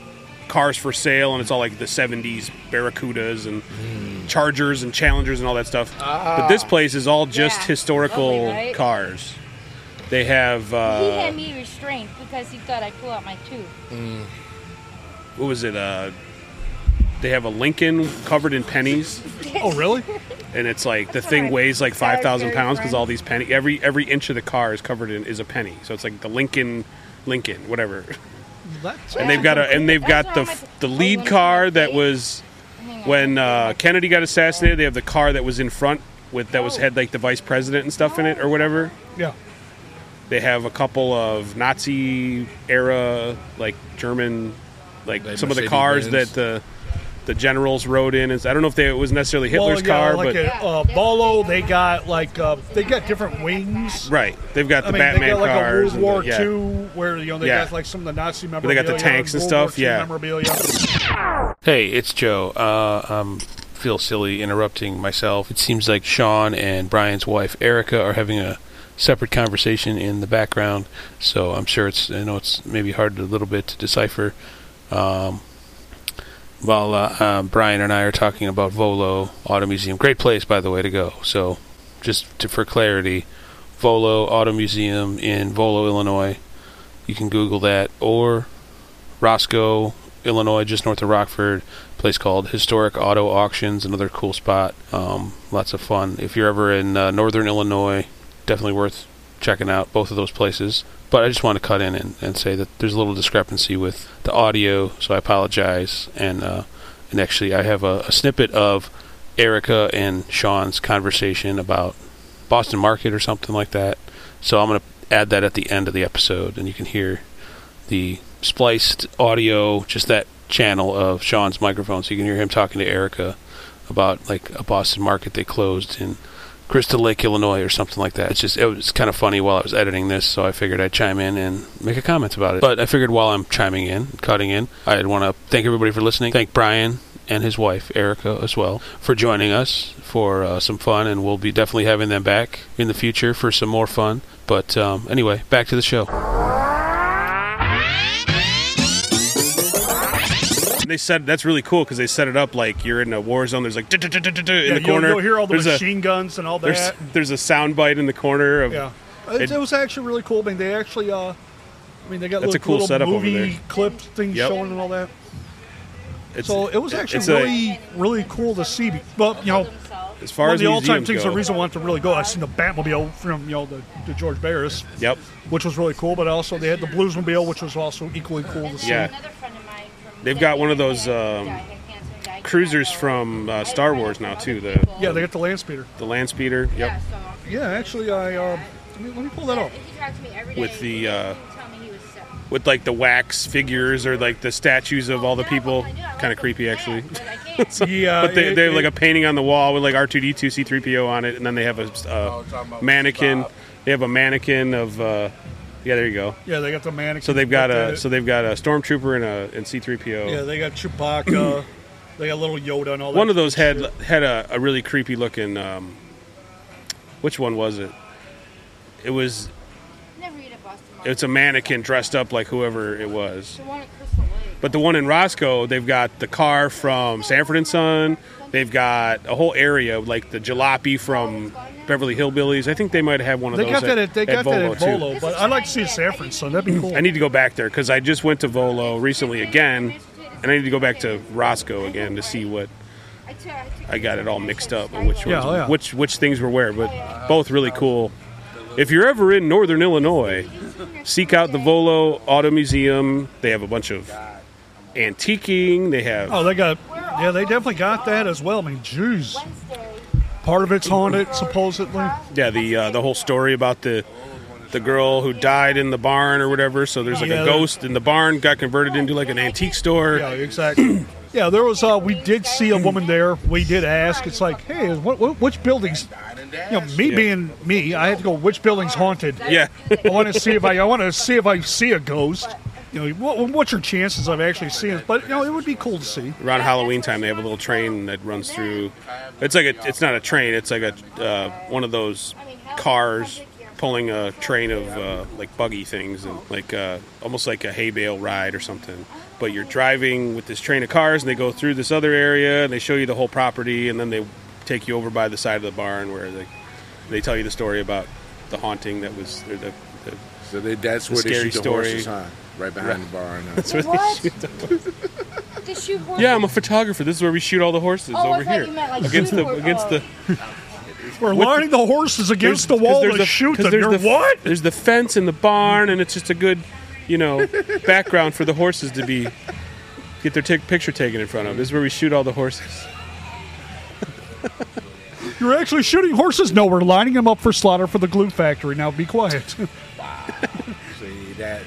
cars for sale, and it's all like the '70s Barracudas and
Mm.
Chargers and Challengers and all that stuff. But this place is all just
Ah. Yeah.
historical
Lovely, right?
cars. They have
he
uh,
had me restrained because he thought I pulled out my tooth.
what was it? Uh, they have a Lincoln covered in pennies,
Oh, really?
and it's like the
That's
thing
what I-
weighs like
that was
five thousand
very
pounds because
funny.
all these penny every every inch of the car is covered in is a penny. So it's like the Lincoln, Lincoln, whatever.
That's
and they've got a and they've got the f- the lead car that was when uh, Kennedy got assassinated. They have the car that was in front with that was had like the vice president and stuff in it or whatever.
yeah.
They have a couple of Nazi era like German like
Like
some of the cars
Mercedes-Benz.
that the the generals rode in. It's- I don't know if they, it was necessarily Hitler's
yeah,
car,
like
but
a, uh, Bolo, they got like uh, they got different wings.
right, they've got the
I mean,
Batman
they got like a
cars.
World
and
War
the, yeah.
II where you know they
Yeah.
got like some of the Nazi
they
memorabilia,
got the tanks and
World
stuff,
War II
yeah.
memorabilia.
Hey, it's Joe. Uh, um, feel silly interrupting myself. It seems like Sean and Brian's wife Erica are having a separate conversation in the background, so I'm sure it's I know it's maybe hard a little bit to decipher. Um, while uh, um, Brian and I are talking about Volo Auto Museum. Great place, by the way, to go. So, just to, for clarity, Volo Auto Museum in Volo, Illinois. You can Google that or Roscoe, Illinois, just north of Rockford. Place called Historic Auto Auctions, another cool spot. Um, lots of fun. If you're ever in uh, northern Illinois, definitely worth checking out both of those places. But I just want to cut in and, and say that there's a little discrepancy with the audio, so I apologize. And uh, and actually, I have a, a snippet of Erica and Sean's conversation about Boston Market or something like that. So I'm going to add that at the end of the episode, and you can hear the spliced audio, just that channel of Sean's microphone, so you can hear him talking to Erica about like a Boston Market they closed in. Crystal Lake, Illinois, or something like that. It's just it was kind of funny while I was editing this, so I figured I'd chime in and make a comment about it. But I figured while I'm chiming in, cutting in, I'd want to thank everybody for listening. Thank Brian and his wife Erica as well for joining us for uh, some fun, and we'll be definitely having them back in the future for some more fun. But um, anyway, back to the show.
And they said that's really cool because they set it up like you're in a war zone. There's like "Duh, duh, duh, duh, duh, duh," in the
Yeah, you'll-
corner.
You'll hear all the
there's a,
machine guns and all that.
there's there's a sound bite in the corner of
Yeah, it, it was actually really cool. I mean, they actually, uh, I mean, they got
That's a
little,
cool
little
setup over
movie
there.
clip things
Yep.
showing and all that.
it's,
so it was
it's
actually
a-
really, really cool to see. But you know,
as far
one of
as
the all-time
museums
things,
go.
the reason I wanted to really go, I seen the Batmobile from you know the, the George Barris,
Yep.
which was really cool. But also they had the Bluesmobile, which was also equally cool to see.
Yeah.
They've got one of those um,
Cruisers from uh, Star Wars now too. The
Yeah, they got the land speeder.
the land speeder. Yep.
Yeah, actually, I uh, let, me, let me pull that up.
With the, uh, With like the wax figures or like the statues of all the people. Kind of creepy actually.
Yeah,
But they,
it-
they have
it-
like a painting on the wall with like R2D2, C3PO on it, and then they have a
Oh,
uh, mannequin. They have a mannequin of uh, yeah, there you go.
yeah, they got the mannequin.
So they've got
but
a
the-
so they've got a stormtrooper and a and C3PO.
yeah, they got Chewbacca. they got little Yoda and all that.
One of those had had a, a really creepy looking. Um, which one was it? It was. It's a mannequin dressed up like whoever it was. But the one in Roscoe, they've got the car from Sanford and Son. They've got a whole area like the jalopy from Beverly Hillbillies. I think they might have one of
They
those.
got that. At, they got that at
too.
Volo, but I'd like to see San Francisco. That'd be cool.
I need to go back there because I just went to Volo recently again, and I need to go back to Roscoe again to see what I got it all mixed up on which
Yeah,
ones,
oh, yeah.
which which things were where, but both really cool. If you're ever in Northern Illinois, seek out the Volo Auto Museum. They have a bunch of antiquing. They have
oh, they got. Yeah, they definitely got that as well. I mean, jeez. Part of it's haunted, supposedly.
yeah the uh, the whole story about the the girl who died in the barn or whatever. So there's like
Yeah.
a ghost in the barn got converted into like an antique store.
Yeah, exactly. Yeah, there was. Uh, we did see a woman there. We did ask. It's like, hey, what, what, which buildings? You know, me being me, I had to go. Which building's haunted?
Yeah.
I want to see if I. I want to see if I see a ghost. You know, what, what's your chances of actually seeing it? But you know, it would be cool to see.
around Halloween time they have a little train that runs through. It's like a it's not a train. It's like a uh, one of those cars pulling a train of uh, like buggy things and like uh, almost like a hay bale ride or something. But you're driving with this train of cars and they go through this other area and they show you the whole property and then they take you over by the side of the barn where they they tell you the story about the haunting that was or the, the
So they, that's where they
Scary
shoot the
story.
horses, huh? Right behind the uh, barn. huh?
that's where they
What?
shoot the-
The shoe horse-
yeah, I'm a photographer. This is where we shoot all the horses
Oh, I
over
thought
here
you meant, like,
against
shoot
the
hor-
against
oh.
the
We're lining the horses against the
There's- 'cause
wall
there's
to
the-
shoot
'cause
them.
there's
You're
the-
what?
There's the fence and the barn, and it's just a good, you know, background for the horses to be get their tic- picture taken in front of. This is where we shoot all the horses.
You're actually shooting horses? No, we're lining them up for slaughter for the glue factory. Now be quiet.
See that?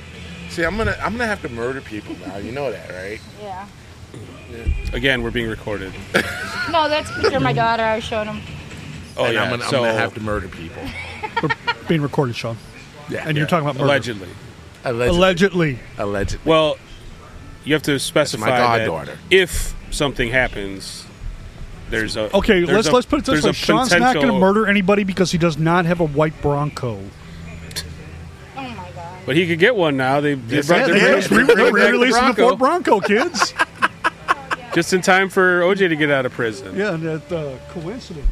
See, I'm gonna I'm gonna have to murder people now. You know that, right?
Yeah.
Again, we're being recorded.
No, that's picture of my daughter. I showed him.
Oh
and
yeah,
I'm gonna,
so
I'm gonna have to murder people.
We're being recorded, Sean.
Yeah.
And you're talking about murder.
allegedly.
allegedly.
Allegedly.
Alleged.
Well, you have to specify that
goddaughter.
if something happens, there's a
Okay,
there's
let's
a-
let's put it this
there's
way:
a
Sean's not going to
potential-
murder anybody because he does not have a white Bronco.
Oh my god.
but he could get one now. They, they
Yeah,
brought-
they
they're-
actually-
they're-
they're
they're-
releasing the Ford Bronco, kids.
Yeah.
Just in time for OJ to get out of prison.
Yeah, and that uh, coincidence.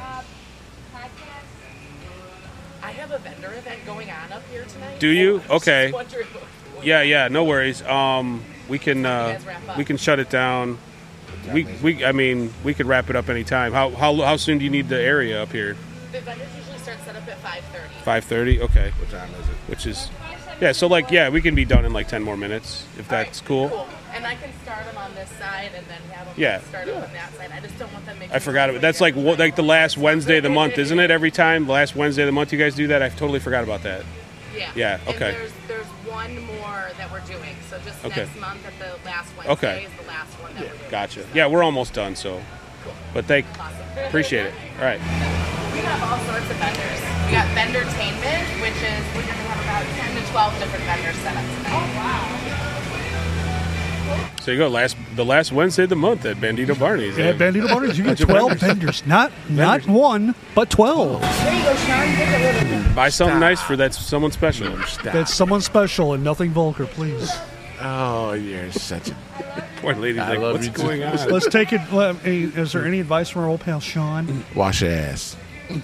Uh, podcast.
I have a vendor event going on up here tonight.
Do you?
I was just
Okay.
wondering-
Yeah, yeah, no worries. Um, we can uh,
guys wrap up?
we can shut it down. We, we I mean we could wrap it up anytime. How how how soon do you need the area up here?
The vendors usually start set up at 5:30.
Five thirty. Okay,
What time is it?
which is yeah. So like yeah, we can be done in like ten more minutes if
All right,
that's cool.
And I can start them on this side and then have them
Yeah.
start them on that side. I just don't want them making.
I forgot it. That's like wo- like the last Wednesday of the month, isn't it? Every time the last Wednesday of the month, you guys do that. I totally forgot about that.
Yeah.
yeah,
And
okay.
there's there's one more that we're doing. So just
Okay.
next month at the last Wednesday
Okay.
is the last one that we're doing.
Gotcha. Yeah, we're almost done. So, but thank
Awesome.
appreciate it. All right.
We have all sorts of vendors. We got vendortainment, which is we're going to have about 10 to 12 different vendors set up tonight.
So you go last the last Wednesday of the month at Bandito Barney's.
Yeah, Bandito Butters, you get 12 vendors. Not not one, but 12.
There you go, Sean. Get rid of it.
Buy something nice for that someone special.
Stop.
That's someone special and nothing vulgar, please.
oh, you're such a.
Poor lady's
I
like,
love
what's
you too."
going on?
Let's take it. let- hey, Is there any advice from our old pal Sean?
Wash your ass.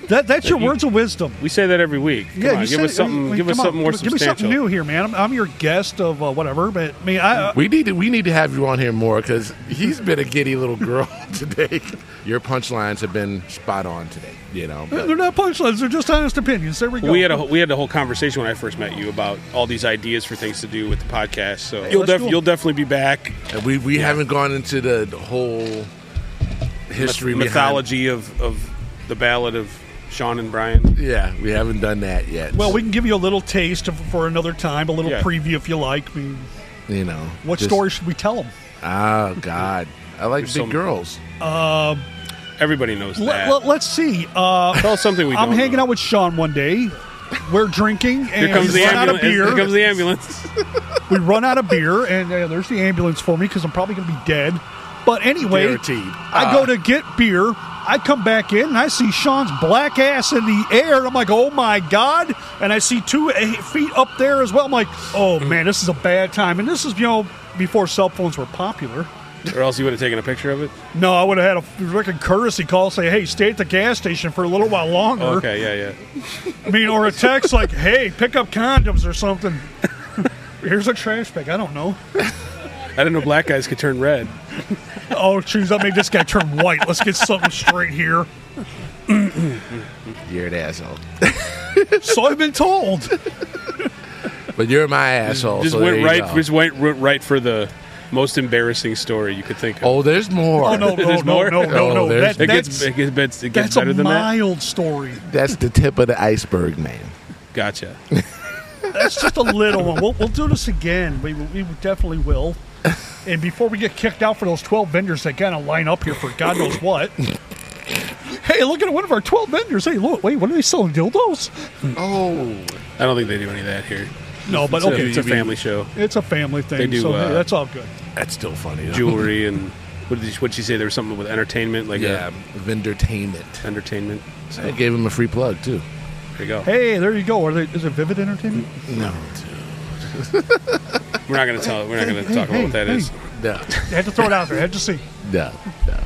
That, that's your words of wisdom.
We say that every week. Come on,
you
give
said-
us something.
I mean,
give us
come on,
something more
give, me
substantial.
something new here, man. I'm, I'm your guest of uh, whatever, but I mean, I,
We need to we need to have you on here more because he's been a giddy little girl today. Your punchlines have been spot on today. You know, but-
they're not punchlines. They're just honest opinions. There we go.
We had a whole- we had a whole conversation when I first met you about all these ideas for things to do with the podcast. So you'll
let's
def-
do 'em.
you'll definitely be back.
and we we haven't gone into the, the whole history behind-
mythology of of the ballad of Sean and Brian.
yeah, we haven't done that yet.
well, we can give you a little taste of, for another time, a little
Yeah.
preview if you like. I mean,
you know
what
just-
story should we tell them?
Oh God, I like big
There's so many.
girls.
Everybody knows that.
Let, us see. Uh,
Tell us something we.
I'm
don't
hanging
know.
out with Sean one day. We're drinking, and
Here comes
we
the
run out of
ambulance.
beer.
Here comes the ambulance.
we run out of beer, and uh, there's the ambulance for me because I'm probably going to be dead. But anyway,
Guaranteed.
I
Ah.
go to get beer. I come back in and I see Sean's black ass in the air. And I'm like, oh my God. And I see two eh, feet up there as well. I'm like, oh
Mm.
man, this is a bad time. And this is, you know, before cell phones were popular.
or else you would have taken a picture of it.
No, I would have had a freaking courtesy call say, hey, stay at the gas station for a little while longer.
Okay, yeah, yeah.
I mean, or a text like, hey, pick up condoms or something. Here's a trash bag. I don't know.
I didn't know black guys could turn red.
Oh, jeez, that made this guy turn white. Let's get something straight here.
You're an asshole,
So I've been told.
but you're my asshole.
Just
so there
went
you
right.
go.
Just went r- right for the most embarrassing story you could think of.
Oh, there's more.
Oh, no, no,
There's
no,
more?
no, no,
Oh,
no.
there's-
That,
it gets
that's
it gets, bet- it gets
that's a
better than that.
mild story.
That's the tip of the iceberg, man.
Gotcha.
That's just a little one. We'll, we'll do this again. We, we definitely will. And before we get kicked out for those 12 vendors that kind of line up here for God knows what. Hey, look at one of our 12 vendors. Hey, look, wait, what are they selling? Dildos?
Oh,
I don't think they do any of that here.
No, but
It's a-
okay.
it's a family show.
It's a family thing,
They do,
so hey,
uh,
that's all good.
that's still funny. Though.
Jewelry and what did you, what'd you say? There was something with entertainment, like
Yeah,
yeah.
Vendertainment.
entertainment.
I gave him a free plug too.
There you go.
Hey, there you go. Are they, is it Vivid Entertainment?
No,
We're not gonna tell. We're not gonna
Hey,
talk about
hey,
what that
hey.
is.
no,
I had to throw it out there. I had to see.
no, no.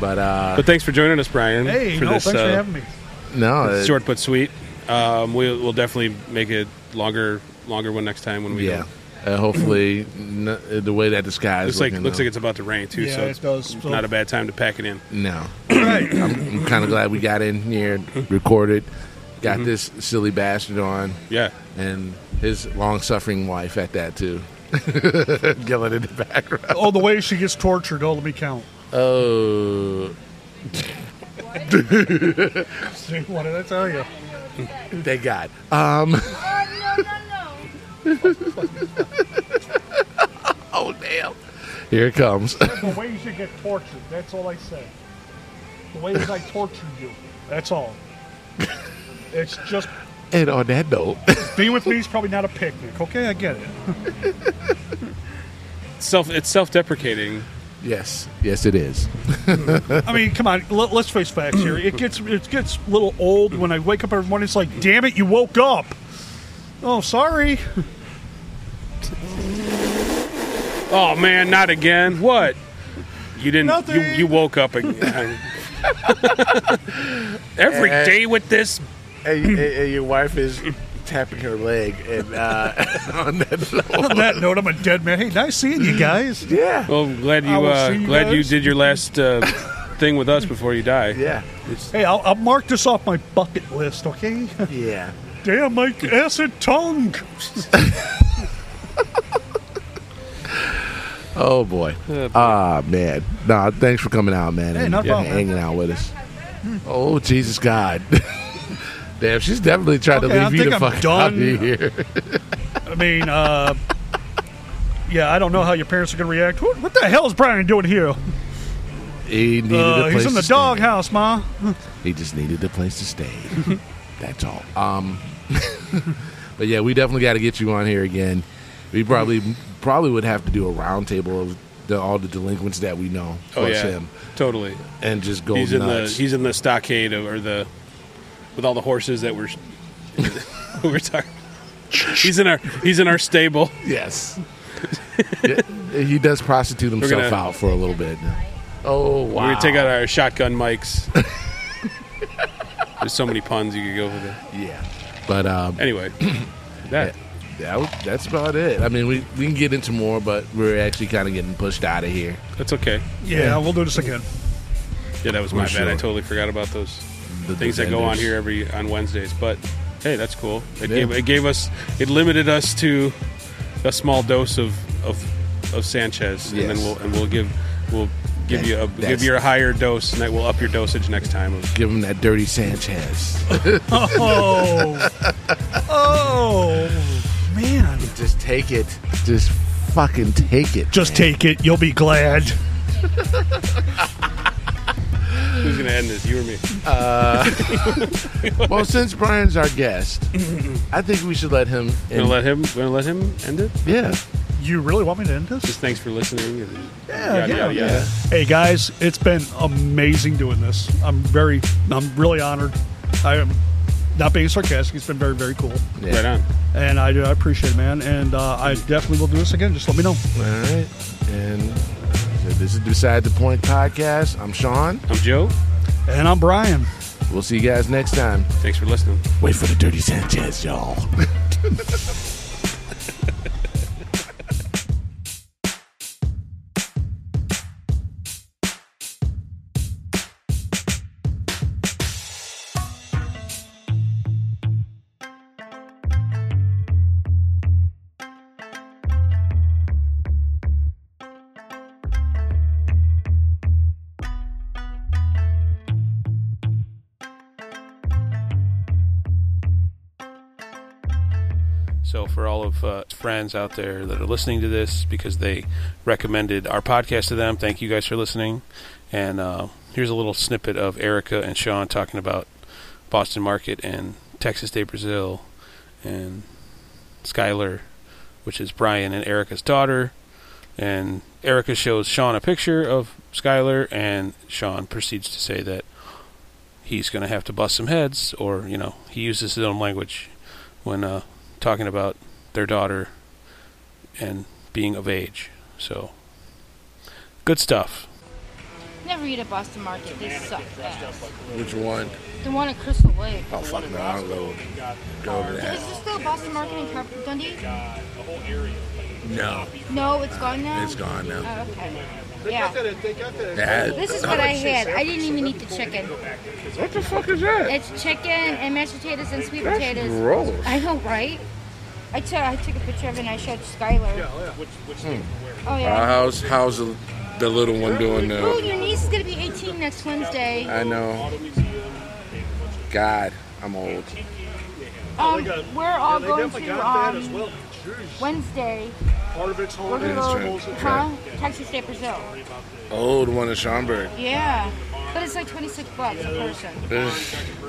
But uh,
But thanks for joining us, Brian.
Hey,
for
no,
this
thanks
uh,
for having me.
no, it-
short but sweet. Um, we'll, we'll definitely make it longer, longer one next time when we.
yeah.
do.
Uh, hopefully, n- the way that the sky is
It's like
looking,
looks
though.
like it's about to rain too,
Yeah,
so
it
it's
does. So-
not a bad time to pack it in.
no.
Right.
I'm kind of glad we got in here, recorded, got
Mm-hmm.
this silly bastard on,
Yeah,
and his long-suffering wife at that too, yelling in the background.
Oh, the way she gets tortured. Oh, let me count.
Oh,
See, what did I tell you?
thank God. um,
Oh, no, no, no.
Oh damn! Here it comes.
The way you get tortured. That's all I said. The way that I tortured you. That's all. It's just
and on that note,
be with me is probably not a picnic. Okay, I get it.
it's self it's self deprecating.
yes, yes, it is.
I mean, come on. Let, let's face facts here. It gets it gets a little old when I wake up every morning. It's like, damn it, you woke up. Oh, sorry.
Oh man, not again. What? You didn't. You,
Nothing.
you woke up again. Every
Eh.
day with this.
and, and- and your wife is tapping her leg and uh, on that note.
On that note, I'm a dead man. Hey, nice seeing you guys.
Yeah.
Well, glad
I
you.
will
Uh,
see you
glad you
guys.
did your last uh, thing with us before you die.
Yeah.
Hey, I'll, I'll mark this off my bucket list, okay?
Yeah.
Damn, my acid tongue.
Oh boy. Ah man. Nah, thanks for coming out, man.
Hey,
and-
no
and
problem, man.
hanging out with us. Oh Jesus God. Damn, she's definitely trying
Okay,
to
I
leave you
think
the
I'm
fuck out
done.
of here.
I mean, uh, yeah, I don't know how your parents are going to react. What, what the hell is Brian doing here?
He needed
Uh,
a place
he's in the
to stay.
doghouse, Ma.
He just needed a place to stay. That's all. Um, but yeah, we definitely got to get you on here again. We probably probably would have to do a roundtable of the, all the delinquents that we know
Oh
plus
yeah.
him,
Totally.
and just go
he's in
nuts.
the he's in the stockade of, or the with all the horses that were we're talking. He's in our he's in our stable.
yes, Yeah, he does prostitute himself
gonna-
out for a little bit. Oh wow!
We're gonna take out our shotgun mics. There's so many puns you could go with it.
yeah, but um,
Anyway, that
that, was- that's about it. I mean, we we can get into more, but we're actually kind of getting pushed out of here.
that's okay.
Yeah, we'll do this again.
Yeah, that was my
For
bad. I
sure.
totally forgot about those
The
things that go on
Defenders.
here every on Wednesdays. But hey, that's cool. It,
Yeah.
gave, it gave us it limited us to a small dose of of, of Sanchez, and
Yes.
then we'll and we'll give we'll give
That-
you a
that's-
give you a higher dose, and that we'll up your dosage next time. Of,
Give him that dirty Sanchez.
Oh, oh, man.
Just take it. Just fucking take it.
Just take it. You'll be glad.
who's gonna end this? You or me?
Well, since Brian's our guest, I think we should let him. In.
Gonna let him? Gonna let him end it?
yeah,
You really want me to end this?
Just thanks for listening. and-
Yeah,
yada,
yeah,
yada, yada.
Hey guys, it's been amazing doing this. I'm very, I'm really honored. I am not being sarcastic. It's been very, very cool,
yeah.
Right on.
and I do I appreciate it, man. And uh, I definitely will do this again. Just let me know.
All right, and so this is Beside the Point podcast. I'm Sean.
I'm Joe.
And I'm Brian.
We'll see you guys next time.
Thanks for listening.
Wait for the dirty Sanchez, y'all.
So, for all of uh, friends out there that are listening to this because they recommended our podcast to them, thank you guys for listening. And uh, here's a little snippet of Erica and Sean talking about Boston Market and Texas Day Brazil and Skylar, which is Brian and Erica's daughter. And Erica shows Sean a picture of Skylar, and Sean proceeds to say that he's going to have to bust some heads, or, you know, he uses his own language when uh, talking about their daughter and being of age. So, good stuff.
Never eat at Boston Market. They suck ass.
Which one?
The one at Crystal Lake.
Oh fuck no, I don't go. Go to
Is there still a Boston Market in Carp- Dundee?
No,
No, it's gone now?
it's gone now.
Oh, okay. Yeah.
That-
This is what I had. I didn't even eat the chicken.
what the fuck is that?
It's chicken and mashed potatoes and sweet
That's
potatoes.
gross.
I know, right? I took I took a picture of it and I showed Skylar. Oh
Uh,
yeah.
how's how's the, the little one doing
Oh,
now?
your niece is gonna be 18 next Wednesday.
I know. God, I'm old.
Um, we're all going to um, Wednesday. We're gonna go,
That's right.
huh? Texas State Brazil.
Old one in Schaumburg.
Yeah, but it's like 26 bucks a person.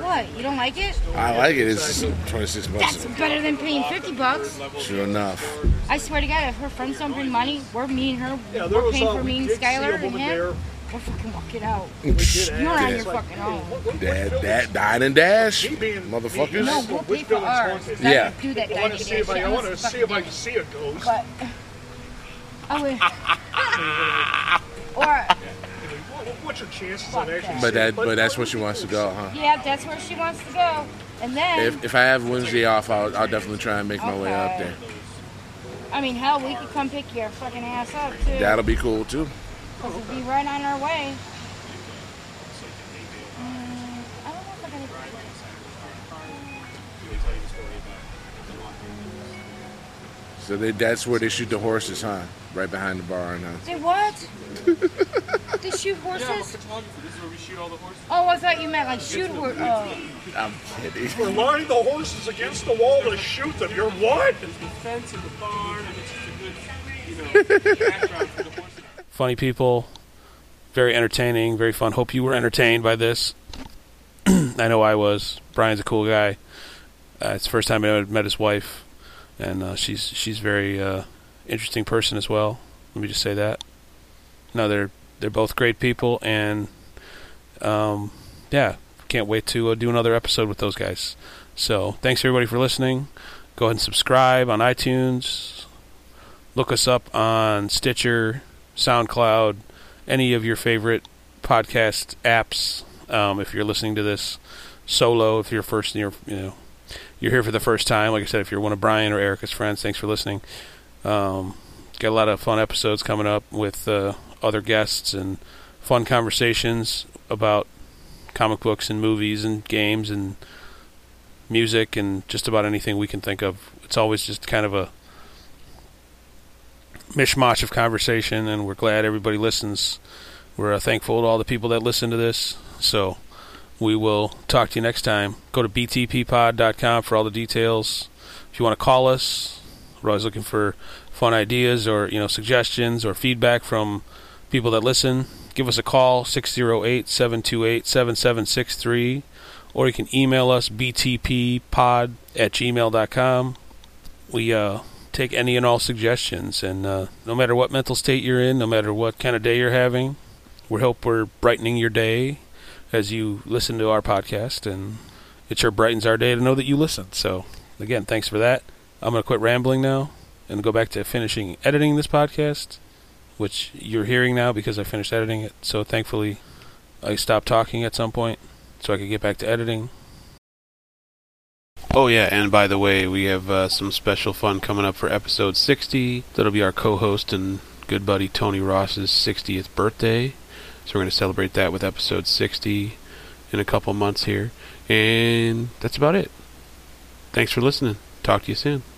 What? You don't like it?
I like it. It's 26
That's
bucks.
better than paying 50 bucks.
Sure enough.
I swear to God, if her friends don't bring money, we're me and her. we're paying for me and Skylar and him. We're fucking walking out. You're on your fucking own.
Dad, dad, dine and dash, motherfuckers.
No, we'll pay for ours.
Yeah.
Do that
I
dining
want to see if I, I want to see if I
shit.
can see a ghost.
But Oh, wait. or,
What's your chances
Fuck
on actually?
that.
But that,
seeing-
but that's where she wants to go, huh?
yeah, that's where she wants to go. And then,
If, if I have Wednesday off, I'll, I'll definitely try and make my way up there.
I mean, hell, we could come pick your fucking ass up, too.
That'll be cool too.
We'll be right on our way. Mm, I don't know if I can-
So they, that's where they shoot the horses, huh? Right behind the bar, huh?
They what? they shoot horses?
photographer. This is where we shoot all the horses.
Oh, I thought you meant like shoot horses. Oh.
I'm kidding.
We're lining the horses against the wall to shoot them. You're what?
There's the fence and the barn, and it's just a good, you know, background for the horses.
Funny people, very entertaining, very fun. Hope you were entertained by this. I know I was. Brian's a cool guy. Uh, it's the first time I ever met his wife, and uh, she's she's very uh, interesting person as well. Let me just say that. No, they're they're both great people, and um, yeah, can't wait to uh, do another episode with those guys. So thanks everybody for listening. Go ahead and subscribe on iTunes. Look us up on Stitcher, SoundCloud, any of your favorite podcast apps. Um, if you're listening to this solo, if you're first, you're you know you're here for the first time. Like I said, if you're one of Brian or Erica's friends, thanks for listening. Um, got a lot of fun episodes coming up with uh, other guests and fun conversations about comic books and movies and games and music and just about anything we can think of. It's always just kind of a mishmash of conversation, and we're glad everybody listens. We're uh, thankful to all the people that listen to this. So we will talk to you next time. Go to btppod.com for all the details. If you want to call us, we're always looking for fun ideas or you know suggestions or feedback from people that listen. Give us a call 608-728-7763 or you can email us btppod at gmail.com. We uh, take any and all suggestions, and uh, no matter what mental state you're in, no matter what kind of day you're having, we hope we're brightening your day as you listen to our podcast, and it sure brightens our day to know that you listen. So, again, thanks for that. I'm going to quit rambling now and go back to finishing editing this podcast, which you're hearing now because I finished editing it. So, thankfully, I stopped talking at some point so I could get back to editing. Oh yeah, and by the way, we have uh, some special fun coming up for episode 60. That'll be our co-host and good buddy Tony Ross's 60th birthday. So we're going to celebrate that with episode 60 in a couple months here. And that's about it. Thanks for listening. Talk to you soon.